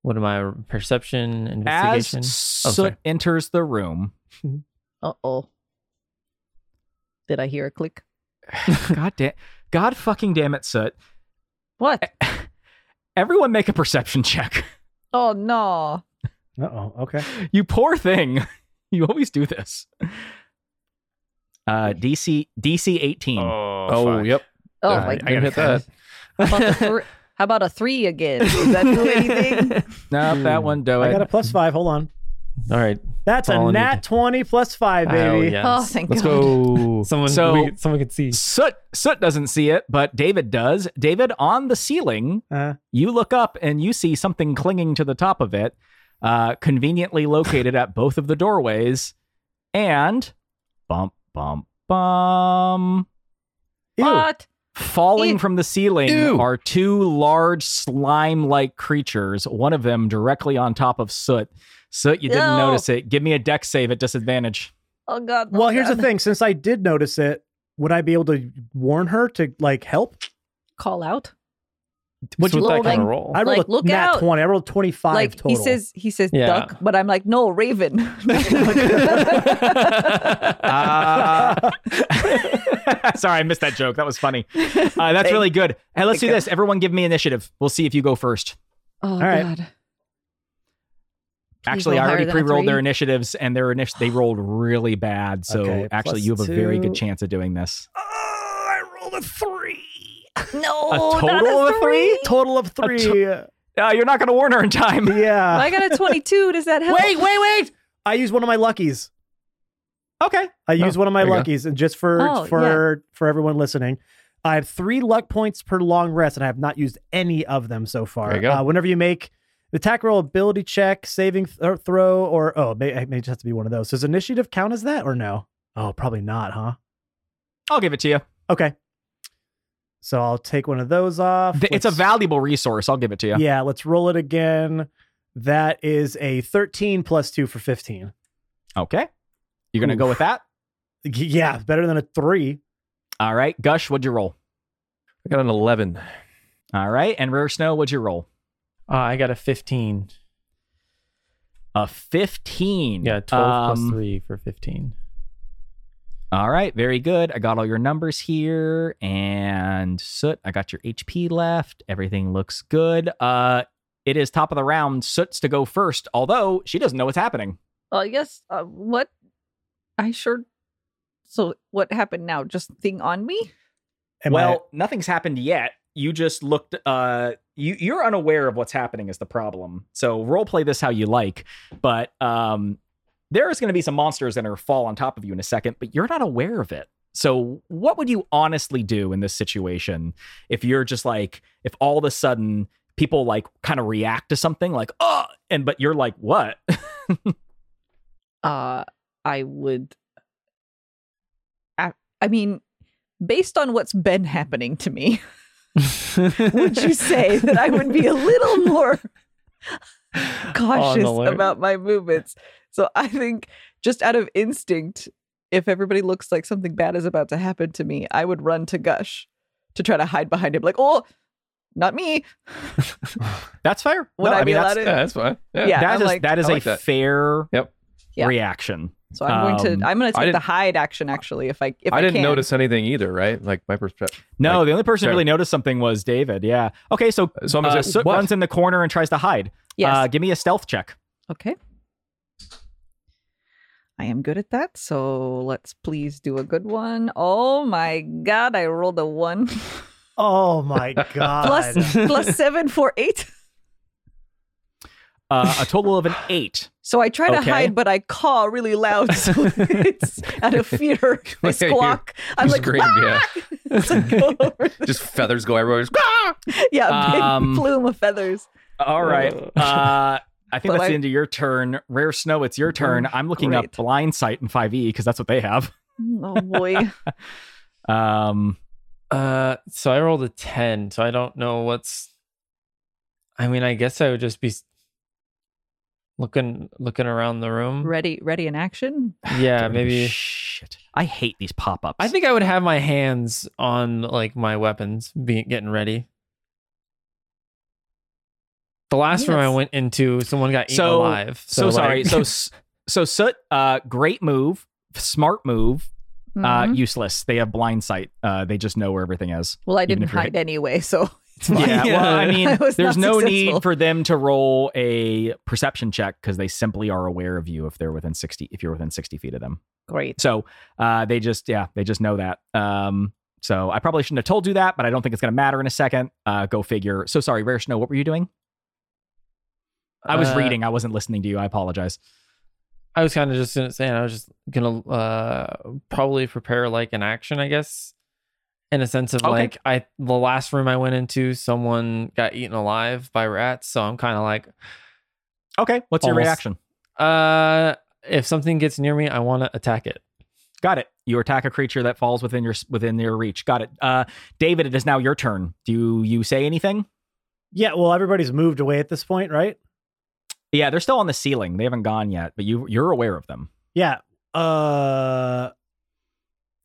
What am I? Perception, As investigation. Oh, Soot sorry. enters the room, Uh oh. Did I hear a click? God damn, God fucking damn it, Soot! What? Everyone make a perception check. Oh no. Uh oh. Okay. You poor thing. You always do this. Uh, DC DC eighteen. Oh, yep. Oh Uh, my I god. gotta hit that. How about, the thr- how about a three again? Does that do anything? No, that one do I it. got a plus five. Hold on. All right. That's All I a need nat twenty plus five, baby. Oh, yes. Oh, thank Let's God. go. Someone, So- we, someone could see. Soot Soot doesn't see it, but David does. David on the ceiling. Uh, You look up and you see something clinging to the top of it, uh, conveniently located at both of the doorways, and bump bump bum. ew. What? Falling Ew. from the ceiling Ew. are two large slime like creatures, one of them directly on top of Soot. Soot, you didn't Ew. notice it. Give me a deck save at disadvantage. Oh God. oh, well, here's the God. thing. Since I did notice it, would I be able to warn her to like help? Call out. Would So you with that like- kind of roll? I rolled Like, a look nat out. twenty. I rolled twenty five like total. he says, he says Yeah. duck, but I'm like, no, raven. Oh, Uh, sorry, I missed that joke. That was funny. Uh, that's really good. Hey, let's do this. Everyone give me initiative. We'll see if you go first. oh right. God. Please Actually, I roll higher already than a pre-rolled their three. initiatives, and their init- they rolled really bad. So Okay, actually, plus you have a very two. Oh, good chance of doing this. I rolled a three. No, A not total of a a three. Total of three. Uh, you're not going to warn her in time. yeah. I got a 22. Does that help? wait, wait. I used one of my luckies. Okay. I used one of my Oh, there you go. luckies, and just for Oh, for for everyone listening, I have three luck points per long rest, and I have not used any of them so far. There you go. Uh, whenever you make The attack roll, ability check, saving th- or throw, or oh, may, it may just have to be one of those. Does initiative count as that or no? Oh, probably not, huh? I'll give it to you. Okay. So I'll take one of those off. Th- It's a Let's- valuable resource. I'll give it to you. Yeah, let's roll it again. That is a 13 plus 2 for 15. Okay. You're going to go with that? Y- Yeah, better than a 3. All right. Gush, what'd you roll? I got an 11. All right. And Rare Snow, what'd you roll? Uh, I got a 15. A 15. Yeah, 12 Um, plus 3 for 15. All right, very good. I got all your numbers here and Soot, I got your HP left. Everything looks good. Uh it is top of the round. Soot's to go first, although she doesn't know what's happening. Uh, yes. Uh, what? I sure. So what happened now? Just thing on me? Am I- well, nothing's happened yet. You just looked uh you you're unaware of what's happening is the problem. So role play this how you like, but um there is going to be some monsters that are fall on top of you in a second, but you're not aware of it. So what would you honestly do in this situation if you're just like if all of a sudden people like kind of react to something like oh and but you're like what Uh, I would. I, I mean, based on what's been happening to me, would you say that I would be a little more cautious about my movements? So I think just out of instinct, if everybody looks like something bad is about to happen to me, I would run to Gush to try to hide behind him. Like, oh, not me. that's fair Would I, be mean that's allowed to? Yeah, that's fine. Yeah. Yeah. that I'm is like- that is I like a that. fair Yep. Yeah. reaction So I'm going Um, to. I'm going to I take the didn't- hide action. Actually, if I if I, I didn't can. notice uh, anything either, right? Like my perspective. No, Like, the only person who sure. really noticed something was David. Yeah. Okay, so So I'm uh, gonna say, Soot "What?" runs in the corner and tries to hide. Yes. Uh, give me a stealth check. Okay. I am good at that, so let's please do a good one. Oh my god, I rolled a one. oh my god. plus plus seven for eight. Uh, a total of an eight. So I try to Okay. hide, but I caw really loud. So it's out of fear. I Yeah, you- squawk. I'm you like, screamed, "Wah!" So I go over the- Just feathers go everywhere. Just, "Ah!" yeah, big Um, plume of feathers. All right. Uh, I think But that's I- Mm-hmm. the end of your turn. Rare Snow, it's your turn. I'm looking up great. blind sight in 5e because E, that's what they have. Oh boy. Um, Uh, so I rolled a 10, so I don't know what's. I mean, I guess I would just be s- looking looking around the room. ready, ready in action. Yeah, damn, maybe. Shit. I hate these pop ups. I think I would have my hands on like my weapons, be getting ready. The last room I Yes. went into, someone got eaten So- alive. So, sorry. like- So, S- so Soot, uh, great move, smart move, uh, Mhm. useless. They have blind sight. Uh, they just know where everything is. well, I even didn't if you're hide anyway, so it's fine. Yeah, well, I mean, I was there's not no successful. need for them to roll a perception check because they simply are aware of you if they're within sixty, if you're within sixty feet of them. Great. So uh, they just, yeah, they just know that. Um, so I probably shouldn't have told you that, but I don't think it's going to matter in a second. Uh, go figure. So sorry, Rare Snow. What were you doing? I was Uh, reading. I wasn't listening to you. I apologize. I was kind of just gonna- saying I was just gonna uh probably prepare like an action, I guess, in a sense of Okay. like I the last room I went into, someone got eaten alive by rats, so I'm kind of like, Okay, what's your Almost. reaction? uh, if something gets near me, I want to attack it. Got it. You attack a creature that falls within your within your reach. Got it. Uh, David, it is now your turn. Do you say anything? yeah, well everybody's moved away at this point, right? Yeah, they're still on the ceiling. They haven't gone yet, but you you're aware of them. Yeah. Uh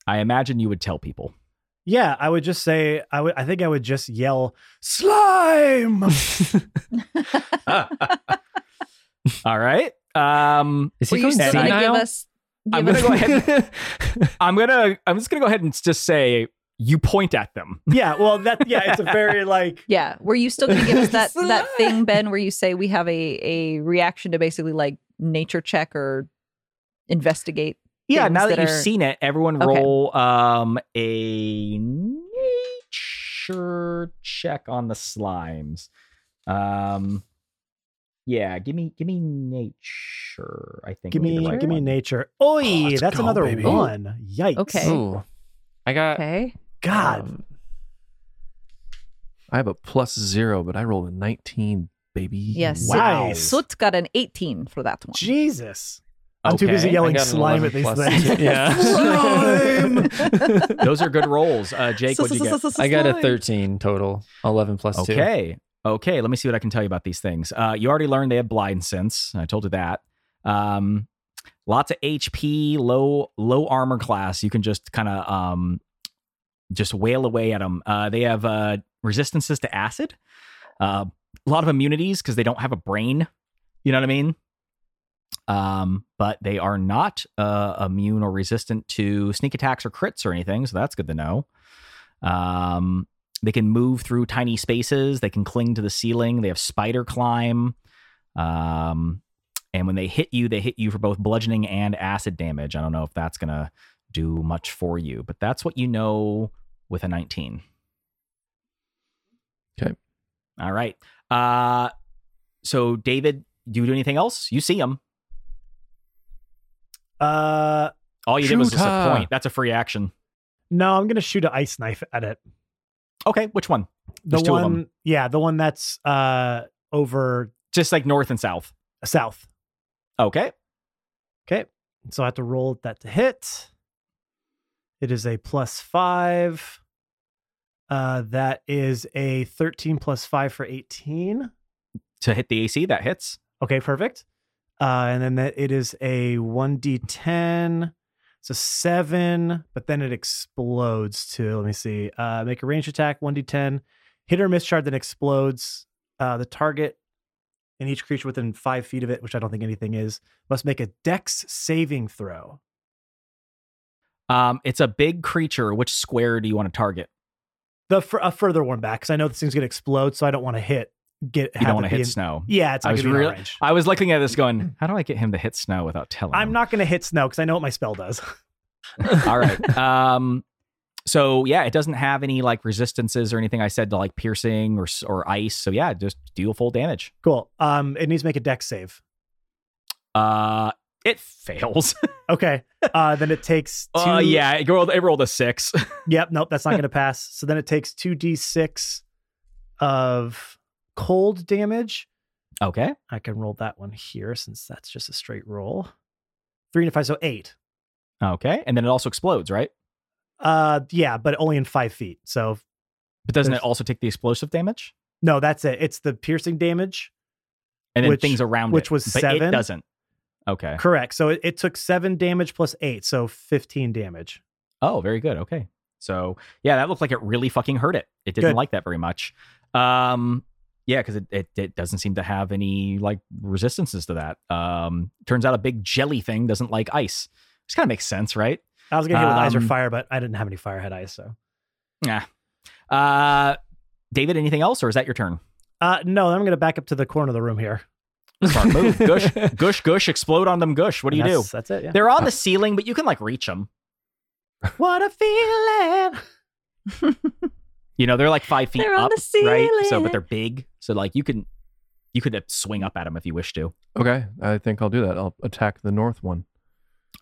I imagine you would tell people. yeah, I would just say I would I think I would just yell slime. All right. Um, Is Were he you going still gonna give senile? us? I'm give gonna us- go ahead. I'm gonna I'm just gonna go ahead and just say you point at them. yeah, well that yeah, it's a very like Yeah. Were you still going to give us that that thing, Ben, where you say we have a a reaction to basically like nature check or investigate? Yeah. Things now that, that you've are- seen it, everyone Okay. roll um a nature check on the slimes. Um. Yeah, give me give me nature. I think give would be the me right give me one. nature. Oi, Oh, let's that's go, another baby. one. Yikes. Okay. Ooh, I Uh, got Okay. God. um, I have a plus zero, but I rolled a 19. baby. Yes. Wow. Soot got an 18 for that one. Jesus. I'm too busy Okay. yelling I got an slime at these 11 plus things. two. Yeah. Slime! Those are good rolls. Uh, Jake, what'd you get? I got a Slime. 13 total, 11 plus 2. Okay. Okay. Let me see what I can tell you about these things. Uh, you already learned they have blind sense. I told you that. Um, lots of HP, low low armor class. You can just kind of um, just wail away at them. Uh, they have uh, resistances to acid. Uh, a lot of immunities because they don't have a brain. You know what I mean? Um, but they are not uh, immune or resistant to sneak attacks or crits or anything, so that's good to know. Um, they can move through tiny spaces. They can cling to the ceiling. They have spider climb. Um, and when they hit you, they hit you for both bludgeoning and acid damage. I don't know if that's going to do much for you, but that's what you know with a 19. Okay. All right. Uh, so, David, do you do anything else? You see them. Uh, All you did was Shoot just a her. point. That's a free action. no, I'm gonna shoot an ice knife at it. Okay. Which one? The There's two one, of 'em. yeah, the one that's uh over Just like north and south. south. Okay. Okay, so I have to roll that to hit. It is a plus five. Uh, that is a 13 plus five for 18. To hit the AC, that hits. Okay, perfect. Uh, and then that it is a 1d10. It's a seven, but then it explodes to, let me see, uh, make a range attack, 1d10, hit or miss shard, then explodes. Uh, the target and each creature within five feet of it, which I don't think anything is, must make a dex saving throw. Um, it's a big creature. Which square do you want to target? The fur- a further one back, because I know this thing's going to explode, so I don't want to hit. Get You have don't it want to be hit in- snow. Yeah, it's I not was going to be in our real- range. I was looking at this going, how do I get him to hit snow without telling I'm him? not going to hit snow because I know what my spell does. All right. Um, so yeah, it doesn't have any like resistances or anything I said to like piercing or s- or ice. So yeah, just deal full damage. cool. Um, it needs to make a dex save. Uh, it fails. Okay. Uh, then it takes. Two, Oh yeah, it rolled, it rolled a six. Yep. Nope. That's not going to pass. So then it takes two d6 of cold damage. okay. I can roll that one here since that's just a straight roll. Three and a five, so eight. Okay. And then it also explodes, right? Uh, yeah, but only in five feet. So But doesn't There's- it also take the explosive damage? no, that's it. It's the piercing damage. And then Which- things around which it. was but It seven. doesn't. Okay. Correct. So it, it took seven damage plus eight, so fifteen damage. Oh, very good. Okay. So yeah, that looked like it really fucking hurt it. It didn't Good. like that very much. Um, yeah, because it, it it doesn't seem to have any like resistances to that. Um, turns out a big jelly thing doesn't like ice. Which kind of makes sense, right? I was gonna hit with eyes or Um, fire, but I didn't have any fire had eyes, so Uh, David, anything else, or is that your turn? uh no, I'm gonna back up to the corner of the room here. Smart move. Gush, gush, gush. Explode on them, gush. What do you And do? that's- That's it. Yeah. They're on the ceiling, but you can like reach them. What a feeling. You know, they're like five feet They're up, on the right? So, ceiling. but they're big, so like you can you could uh, swing up at them if you wish to. Okay, I think I'll do that. I'll attack the north one.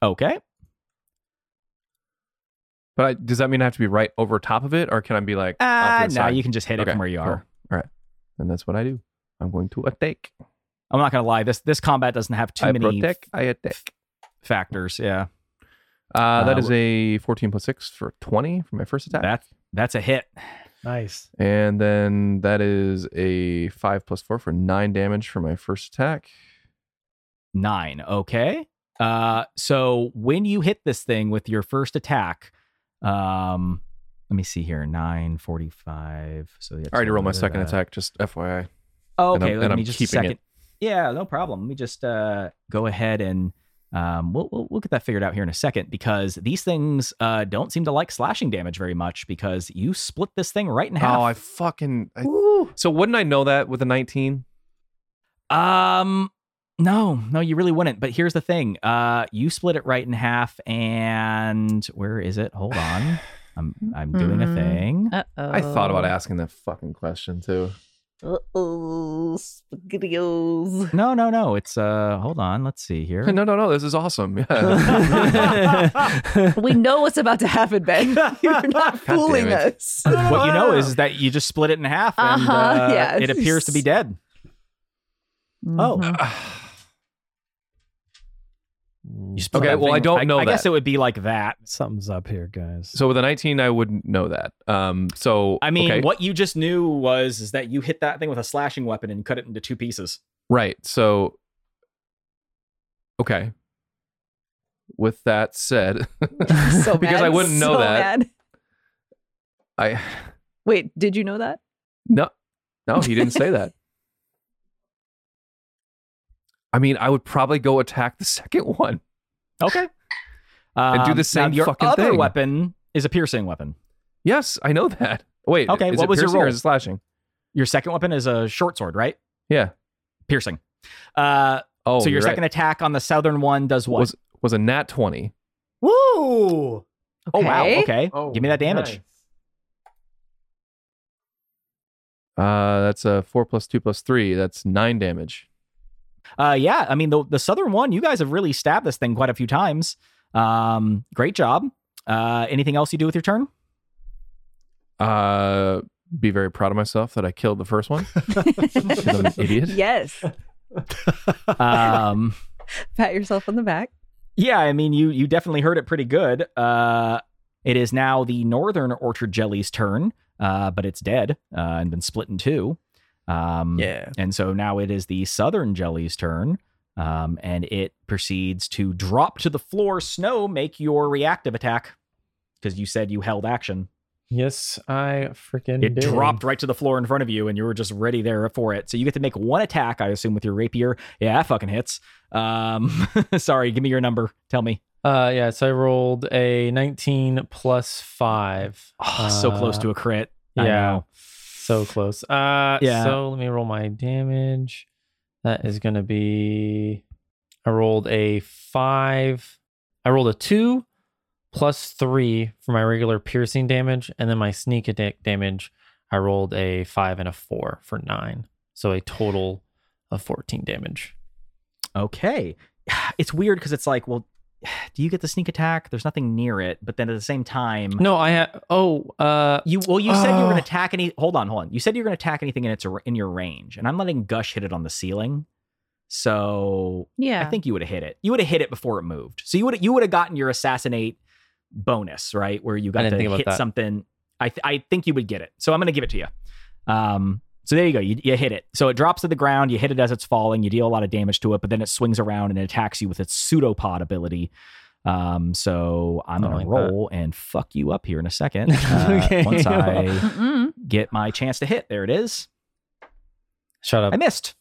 Okay. But I, does that mean I have to be right over top of it, or can I be like? off to Uh, the no, side? you can just hit it Okay, from where you cool. are. All right, and that's what I do. I'm going to attack. I'm not gonna lie. This this combat doesn't have too I many protect. f- I attack. factors. Yeah, Uh, that Uh, is a 14 plus six for 20 for my first attack, that that's a hit. Nice. and then that is a five plus four for nine damage for my first attack. Nine. Okay. Uh, so when you hit this thing with your first attack, um, let me see here. Nine forty-five. So that's I already rolled my another second that. attack. Just FYI. Oh, and okay. I'm- let and me I'm just a keeping it. second. Yeah, no problem. Let me just uh, go ahead and um, we'll, we'll we'll get that figured out here in a second because these things uh, don't seem to like slashing damage very much because you split this thing right in half. Oh, I fucking. I, so wouldn't I know that with a 19? Um, no, no, you really wouldn't. But here's the thing: uh, you split it right in half, and where is it? Hold on, I'm I'm doing a Mhm. thing. Uh oh. I thought about asking that fucking question too. Uh oh. Spaghettios. No, no, no. It's uh, hold on. Let's see here. No, no, no. This is awesome. Yeah. We know what's about to happen, Ben. You're not damn fooling it. us. What you know is that you just split it in half, and uh Uh-huh, yes. it appears to be dead. Oh. Mhm. You spell Okay, that well, I thing- don't I, know I that. guess it would be like that. Something's up here, guys. so with a 19, I wouldn't know that. Um, so I mean, okay. what you just knew was is that you hit that thing with a slashing weapon and cut it into two pieces. Right. So, okay. With that said, so Because mad, I wouldn't know so that. mad. I Wait, did you know that? no, no, he didn't say that. I mean, I would probably go attack the second one. Okay. And do the Um, now same your fucking other thing. weapon is a piercing weapon. Yes, I know that. Wait. Okay, Is what it was your piercing or roll? is it slashing? Your second weapon is a short sword, right? Yeah. Piercing. Uh, Oh, so your you're right. second attack on the southern one does what? was was a nat 20. Woo! Oh wow. Okay. Okay. Oh, Give me that damage. Uh, that's a four plus two plus three. That's nine damage. Uh, yeah. I mean the the southern one. You guys have really stabbed this thing quite a few times. Um, great job. Uh, anything else you do with your turn? Uh, be very proud of myself that I killed the first one. 'cause I'm an idiot. yes. Um. Pat yourself on the back. Yeah, I mean, you you definitely heard it pretty good. Uh, it is now the northern orchard jelly's turn, uh, but it's dead uh, and been split in two. Um, Yeah. And so now it is the southern jelly's turn, um, and it proceeds to drop to the floor. Snow, make your reactive attack because you said you held action. Yes, I freaking It did. dropped right to the floor in front of you, and you were just ready there for it. So you get to make one attack, I assume, with your rapier. Yeah, that fucking hits. Um, sorry, give me your number. Tell me. Uh, yeah. So I rolled a 19 plus five. Oh, so close Uh, to a crit. I Yeah. know. So close. Uh, Yeah. So let me roll my damage. That is going to be. I rolled a five. I rolled a two plus three for my regular piercing damage. And then my sneak attack damage, I rolled a five and a four for nine. So a total of 14 damage. Okay. It's weird because it's like, well, do you get the sneak attack? There's nothing near it, but then at the same time, No, I had. Oh, uh, you well, you said you were Oh. gonna attack any. Hold on, hold on. You said you were gonna attack anything in its in your range, and I'm letting Gush hit it on the ceiling. So Yeah. I think you would have hit it. You would have hit it before it moved. So you would you would have gotten your assassinate bonus, right? Where you got didn't to think about hit that. something. I th- I think you would get it. So I'm gonna give it to you. Um. So there you go. You, you hit it. So it drops to the ground. You hit it as it's falling. You deal a lot of damage to it, but then it swings around and it attacks you with its pseudopod ability. Um. So I'm I gonna like that. roll and fuck you up here in a second. Uh, Okay. Once I Mm-mm. get my chance to hit, there it is. shut up. I missed.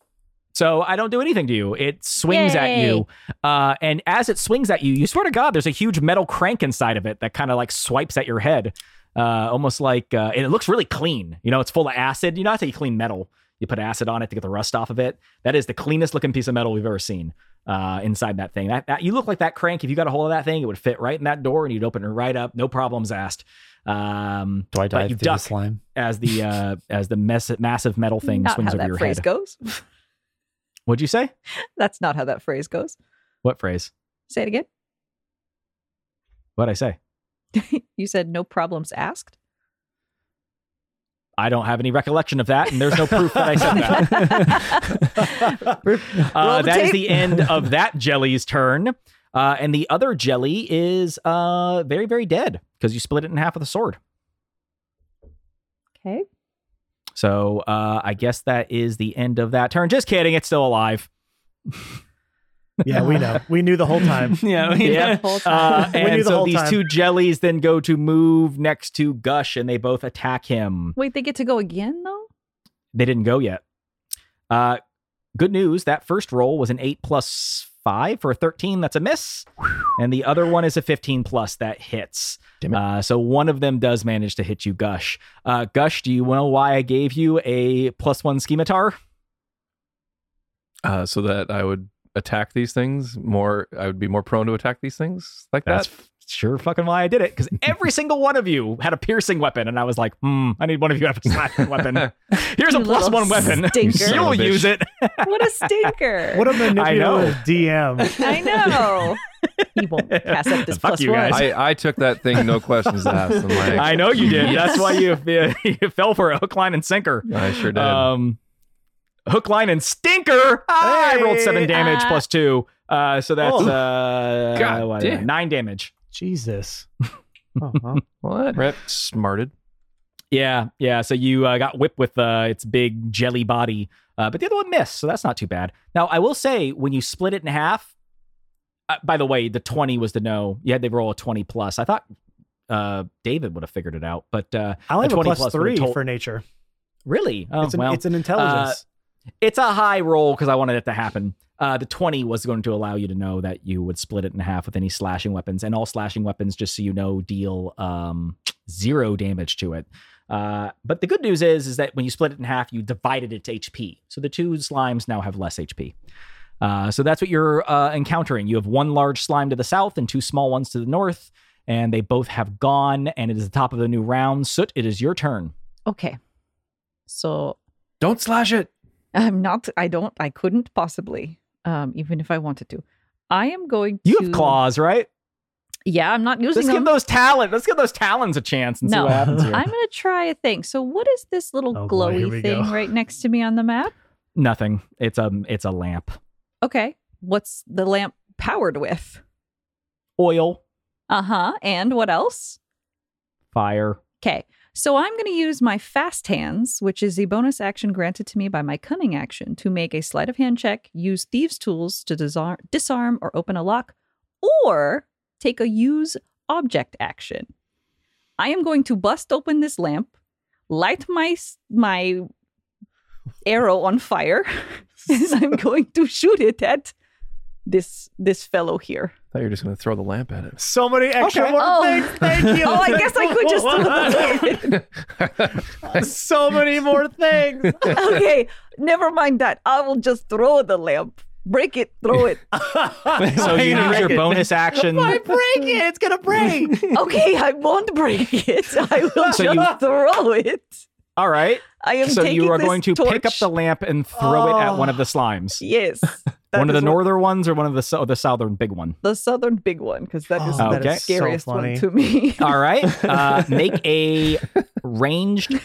So I don't do anything to you. It swings at you. Uh, and as it swings at you, you swear to God, there's a huge metal crank inside of it that kind of like swipes at your head. Uh, almost like, uh, and it looks really clean. You know, it's full of acid. You know, that's how you clean metal. You put acid on it to get the rust off of it. That is the cleanest looking piece of metal we've ever seen uh, inside that thing. That, that You look like that crank. If you got a hold of that thing, it would fit right in that door and you'd open it right up. No problems asked. Um, Do I dive you through duck. the slime? as the uh, as the mess- massive metal thing Not swings how over that your phrase head. goes. What'd you say? That's not how that phrase goes. What phrase? Say it again. What'd I say? You said no problems asked. I don't have any recollection of that, and there's no proof that I said that. Uh, Roll the that is tape. the end of that jelly's turn. Uh, and the other jelly is uh, very, very dead because you split it in half with a sword. okay. So uh, I guess that is the end of that turn. Just kidding. It's still alive. Yeah, we know. We knew the whole time. yeah. Yeah. Whole time. Uh, We knew and the so whole these time. two jellies then go to move next to Gush, and they both attack him. Wait, they get to go again though? They didn't go yet. Uh, good news. That first roll was an eight plus five for a thirteen. That's a miss, and the other one is a fifteen plus that hits. Damn it. Uh, so one of them does manage to hit you, Gush. Uh, Gush, do you know why I gave you a plus one schematar? Uh, so that I would attack these things more. I would be more prone to attack these things like That's that. f- sure fucking why I did it because every single one of you had a piercing weapon, and I was like, hmm, I need one of you to have a slashing weapon. Here's a You plus little one weapon. stinker. You'll Son of a bitch. use it. What a stinker. What a manipulative know. DM. I know. he won't pass up this Fuck plus you guys. one. I, I took that thing, no questions asked. I'm like, I know you did. That's why you, you fell for a hook, line, and sinker. I sure did. Um, hook, line, and stinker. Ah, I rolled seven Hey. damage Ah. plus two. Uh, so that's Oh. uh, God what, damn. nine damage. Jesus. Oh, well. What? Rip. Smarted. Yeah, yeah. So you uh, got whipped with uh, its big jelly body, uh, but the other one missed, so that's not too bad. Now I will say, when you split it in half, uh, by the way, the twenty was the no. You had to roll a twenty plus. I thought uh, David would have figured it out, but uh, I only A have a 20 plus plus would have three told- for nature. really, oh, it's, an, well, it's an intelligence. it's a high roll because I wanted it to happen. Uh, the 20 was going to allow you to know that you would split it in half with any slashing weapons, and all slashing weapons, just so you know, deal um, zero damage to it. Uh, but the good news is, is that when you split it in half, you divided its HP. So the two slimes now have less HP. Uh, so that's what you're uh, encountering. You have one large slime to the south and two small ones to the north, and they both have gone. And it is the top of the new round. Soot, it is your turn. Okay. So Don't slash it. I'm not, I don't, I couldn't possibly, um, even if I wanted to. I am going to. You have claws, right? Yeah, I'm not using Let's give them. those talent. Let's give those talons a chance and see No. what happens here. I'm going to try a thing. So, what is this little Oh, boy, here glowy we thing go. right next to me on the map? Nothing. It's a it's a lamp. Okay. What's the lamp powered with? Oil, Uh huh. And what else? fire. Okay. So I'm going to use my fast hands, which is the bonus action granted to me by my cunning action, to make a sleight of hand check, use thieves' tools to disar- disarm or open a lock, or take a use object action. I am going to bust open this lamp, light my s- my arrow on fire, and I'm going to shoot it at this this fellow here. thought you were just going to throw the lamp at it. So many extra Okay. word Oh. things. Thank you. Oh, I guess I could just. so many more things. okay, never mind that. I will just throw the lamp. Break it, throw it. So so you use your bonus action. I break it. It's gonna break. Okay, I won't break it. I will So just you- throw it. All right. I am So taking you are this going to pick up torch. the lamp and throw it at one of the slimes. Yes. that one of the is what- northern ones or one of the so- the southern big one. the southern big one, because that is Oh, the that is so scariest one funny. to me. All right. Uh, make a ranged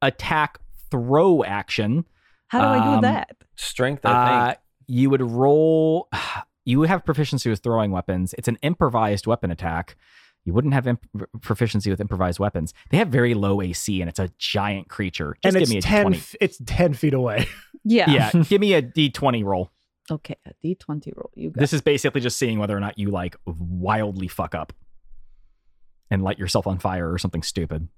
attack throw action. How do I Um, do that? Strength, I Uh, think. you would roll. You would have proficiency with throwing weapons. It's an improvised weapon attack. You wouldn't have imp- proficiency with improvised weapons. They have very low AC, and it's a giant creature. Just and give it's me a ten. d20. f- It's ten feet away. Yeah. yeah, give me a d20 roll. Okay, a D twenty roll. You got This is basically just seeing whether or not you like wildly fuck up and light yourself on fire or something stupid.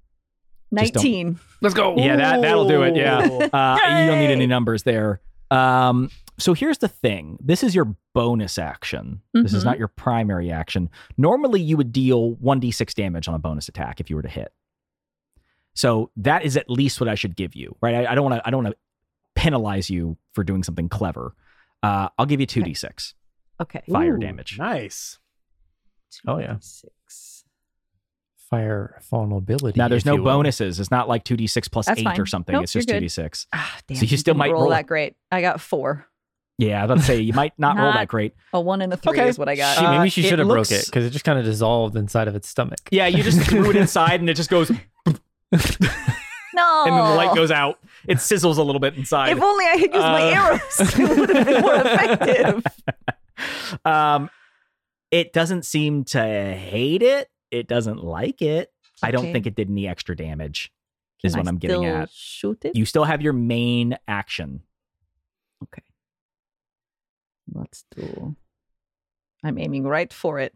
just don't- nineteen. Let's go. Yeah, that that'll do it. Yeah, uh, you don't need Yay! any numbers there. Um, so here's the thing: this is your bonus action. This is Mhm. not your primary action. Normally, you would deal one d6 damage on a bonus attack if you were to hit. So that is at least what I should give you, right? I, I don't want to. I don't want to penalize you for doing something clever. Uh, I'll give you two d6 Okay. fire Ooh, damage. Nice. Oh, yeah. Six. Fire vulnerability. Now there's if no you will. bonuses. It's not like two d6 plus That's eight fine. or something. Nope, it's just you're two good. d6. Ah, damn, you still didn't might roll, roll- that great. I got four. Yeah, let's say you might not roll Not- that great. A one and a three Okay. is what I got. She, Uh, maybe she it should have broke looks- it because it just kind of dissolved inside of its stomach. Yeah, you just threw it inside and it just goes no. and then the light goes out. It sizzles a little bit inside. If only I had used my Uh, arrows, it would have been more effective. um, it doesn't seem to hate it. It doesn't like it. I don't Okay. think it did any extra damage. Is Can what I am getting still at. Shoot it. You still have your main action. Okay. Let's do. I'm aiming right for it.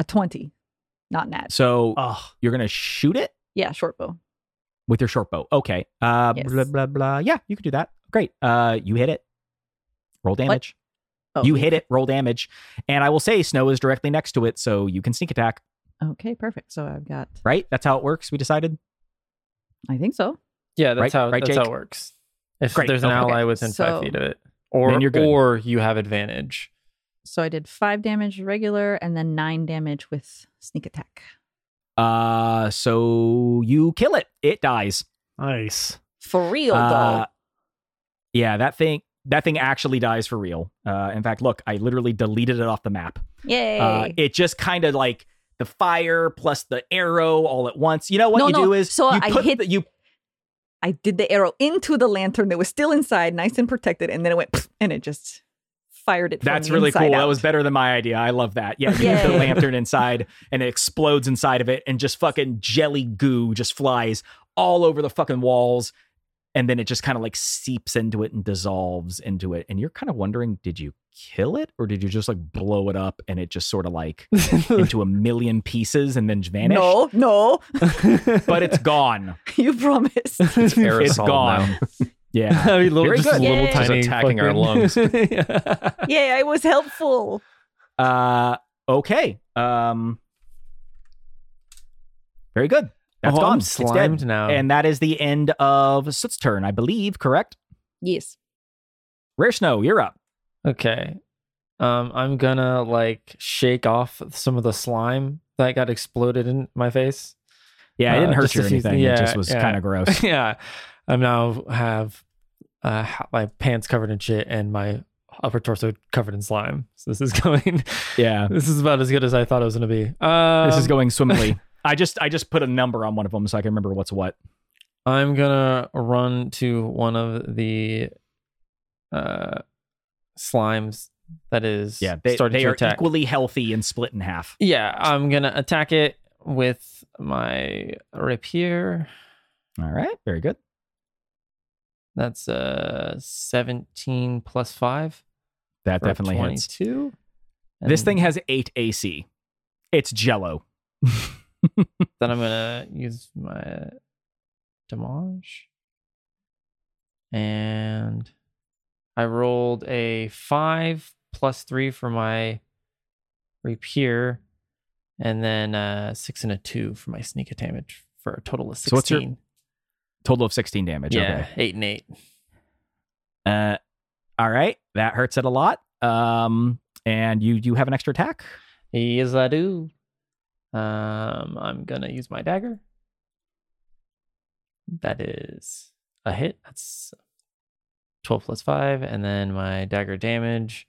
A twenty, not nat. So Uh, Oh, you're gonna shoot it Yeah, short bow. with your short bow. Okay. Uh, Yes. blah blah blah. Yeah, you can do that. Great. Uh, you hit it. Roll damage. Oh, you hit it. Roll damage. And I will say, snow is directly next to it, so you can sneak attack. Okay, perfect. So I've got. Right? That's how it works. We decided. I think so. Yeah, that's Right- how right, that's how Jake? it works. If Great, there's an okay. ally within So- five feet of it, or you're good. or you have advantage. So I did five damage regular, and then nine damage with sneak attack. Uh, so you kill it. It dies. nice. For real, Uh, though. yeah, that thing that thing actually dies for real. Uh, in fact, look, I literally deleted it off the map. Yay! Uh, it just kind of like the fire plus the arrow all at once. You know what No, you no, do is so you I put hit- the, you I did the arrow into the lantern that was still inside, nice and protected, and then it went and it just fired it. from That's the really inside cool. That out. was better than my idea. I love that. Yeah, you put the Yay. lantern inside and it explodes inside of it and just fucking jelly goo just flies all over the fucking walls and then it just kind of like seeps into it and dissolves into it and you're kind of wondering did you kill it or did you just like blow it up and it just sort of like into a million pieces and then vanished? No, no, But it's gone. you promised. it's aerosol it's gone. Yeah. I mean, Very little, just good. a little Yay. Just tiny attacking our lungs. yeah. Yay, I was helpful. Uh okay. Um Very good. That's oh, gone. I'm It's dead. slimed now. And that is the end of Soot's turn, I believe, correct? Yes. Rare Snow, you're up. Okay. Um, I'm gonna like shake off some of the slime that got exploded in my face. Yeah, it Uh, didn't hurt just you or a few- anything. yeah, it just was yeah. kind of gross. yeah. I now have uh ha- my pants covered in shit and my upper torso covered in slime. So this is going yeah. this is about as good as I thought it was gonna be. Um, this is going swimmingly. I just I just put a number on one of them so I can remember what's what. I'm gonna run to one of the uh slimes that is Yeah. They, starting they to are attack. equally healthy and split in half. Yeah, I'm gonna attack it with my rapier. All right. Very good. That's uh 17 plus five. That for definitely hits. 22. This And thing has eight AC. It's jello. Then I'm gonna use my damage, and I rolled a five plus three for my rapier, and then uh six and a two for my sneak attack damage for a total of So what's your- sixteen. Total of 16 damage. yeah, Okay. eight and eight. Uh, all right, that hurts it a lot. Um, and you you have an extra attack. Yes, I do. Um, I'm gonna use my dagger. That is a hit. That's twelve plus five, and then my dagger damage.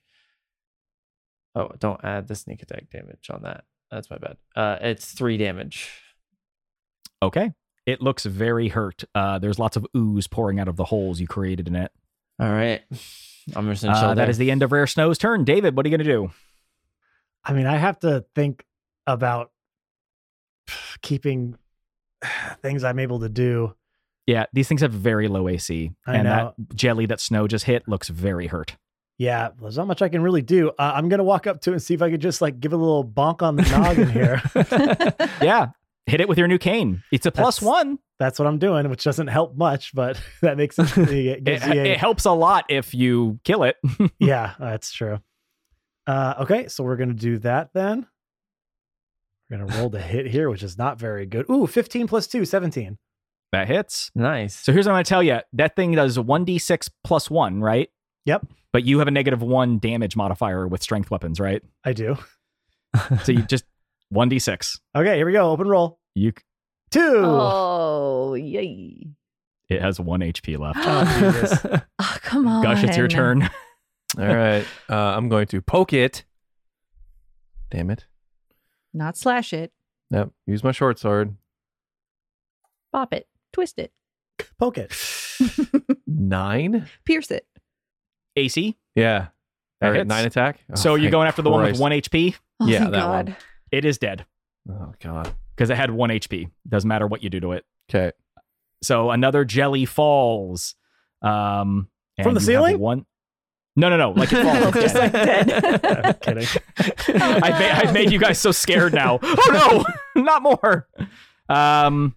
Oh, don't add the sneak attack damage on that. That's my bad. Uh, it's three damage. Okay, it looks very hurt. Uh, there's lots of ooze pouring out of the holes you created in it. All right, I'm just gonna chill Uh, that there. is the end of Rare Snow's turn. David, what are you gonna do? I mean, I have to think about keeping things I'm able to do. Yeah, these things have very low AC, I and know. that jelly that Snow just hit looks very hurt. Yeah, there's not much I can really do. Uh, I'm gonna walk up to it and see if I could just like give it a little bonk on the noggin here. yeah, hit it with your new cane. It's a plus That's- one. That's what I'm doing, which doesn't help much, but that makes it. It, It, gives you a- it helps a lot if you kill it. yeah, that's true. Uh, okay, so we're gonna do that then. We're gonna roll the hit here, which is not very good. Ooh, 15 plus 2, 17. that hits. nice. So here's what I'm gonna tell you. That thing does one d6 plus one, right? Yep. But you have a negative one damage modifier with strength weapons, right? I do. So you just one d6. Okay, here we go. Open roll. You c- Two. Oh, yay. it has one HP left. Oh, come on. Gush, it's your turn. All right. Uh, I'm going to poke it. Damn it. Not slash it. Yep. Use my short sword. Pop it. Twist it. Poke it. Nine. Pierce it. AC. Yeah. That All right. hits. Nine attack. Oh, so you're thank going after the one with Christ. one HP. Oh, Yeah, thank that God. one. It is dead Oh God. because it had one HP. Doesn't matter what you do to it. Okay. So another jelly falls. Um, and From the you have ceiling? One. No, no, no. Like it falls. Just like I'm dead. kidding. I ma- I've made you guys so scared now. Oh no, not more. Um,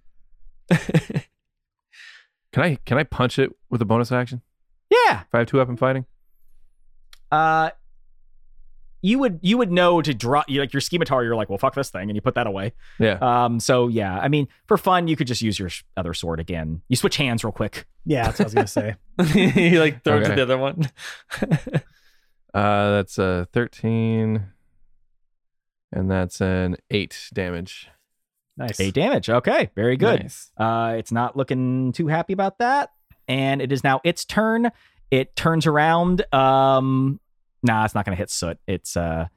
Can I can I punch it with a bonus action? yeah. If I have two up and fighting. Uh, you would you would know to draw you like your scimitar. You're like, well, fuck this thing, and you put that away. Yeah. Um, so yeah, I mean, for fun, you could just use your sh- other sword again. You switch hands real quick. Yeah, that's what I was gonna say. he like throws Okay. the other one. Uh, that's a thirteen, and that's an eight damage. Nice. Eight damage. Okay, very good. Nice. Uh, it's not looking too happy about that, and it is now its turn. It turns around. Um, nah, it's not gonna hit soot. It's uh,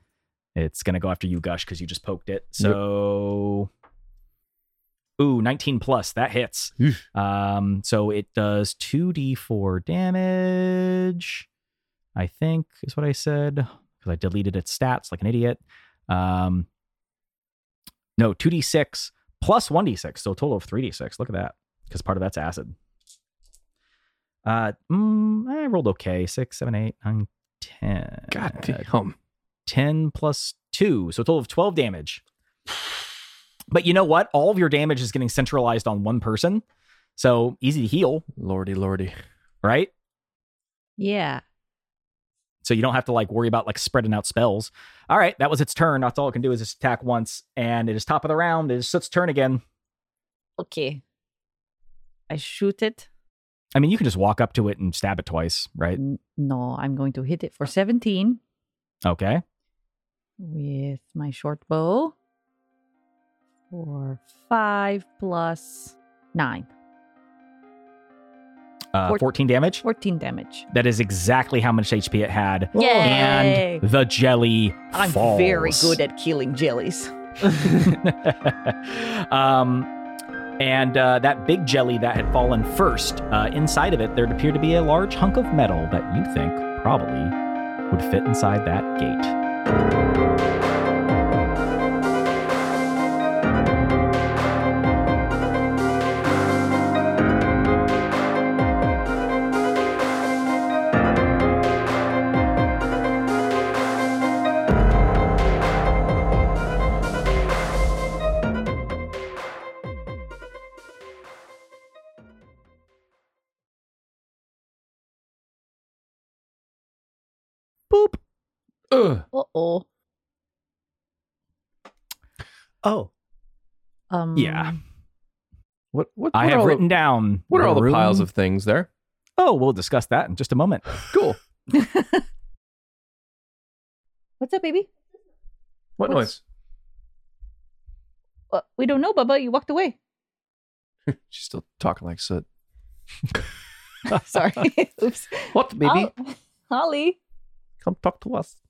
it's gonna go after you, Gush, because you just poked it. So Ooh, 19 plus. That hits. Um, so it does 2d4 damage, I think is what I said, because I deleted its stats like an idiot. Um, no, 2d6 plus 1d6. So a total of 3d6. Look at that, because part of that's acid. Uh, mm, I rolled okay. 6, 7, 8, 9, 10. God damn. 10 plus 2. So a total of 12 damage. But you know what? All of your damage is getting centralized on one person. So easy to heal, Lordy, lordy. right? Yeah. So you don't have to like worry about like spreading out spells. All right, that was its turn. That's all it can do is just attack once. And it is top of the round. It is its turn again. Okay. I shoot it. I mean, you can just walk up to it and stab it twice, right? N- No, I'm going to hit it for 17 Okay. with my short bow. For 5 plus 9. Uh, Four- 14 damage. 14 damage. That is exactly how much HP it had. Yay! And the jelly I'm falls. very good at killing jellies. um, and uh, that big jelly that had fallen first, uh, inside of it, there appeared to be a large hunk of metal that you think probably would fit inside that gate. Ugh. Uh-oh. Oh, Um, Yeah. What, what, I what are have all written The, down. what are all the room- piles of things there? Oh, we'll discuss that in just a moment. Cool. What's up, baby? What What's- Uh, we don't know, Bubba. You walked away. noise? She's still talking like soot. Sorry. Oops. What, Oh, Holly. Come talk to us.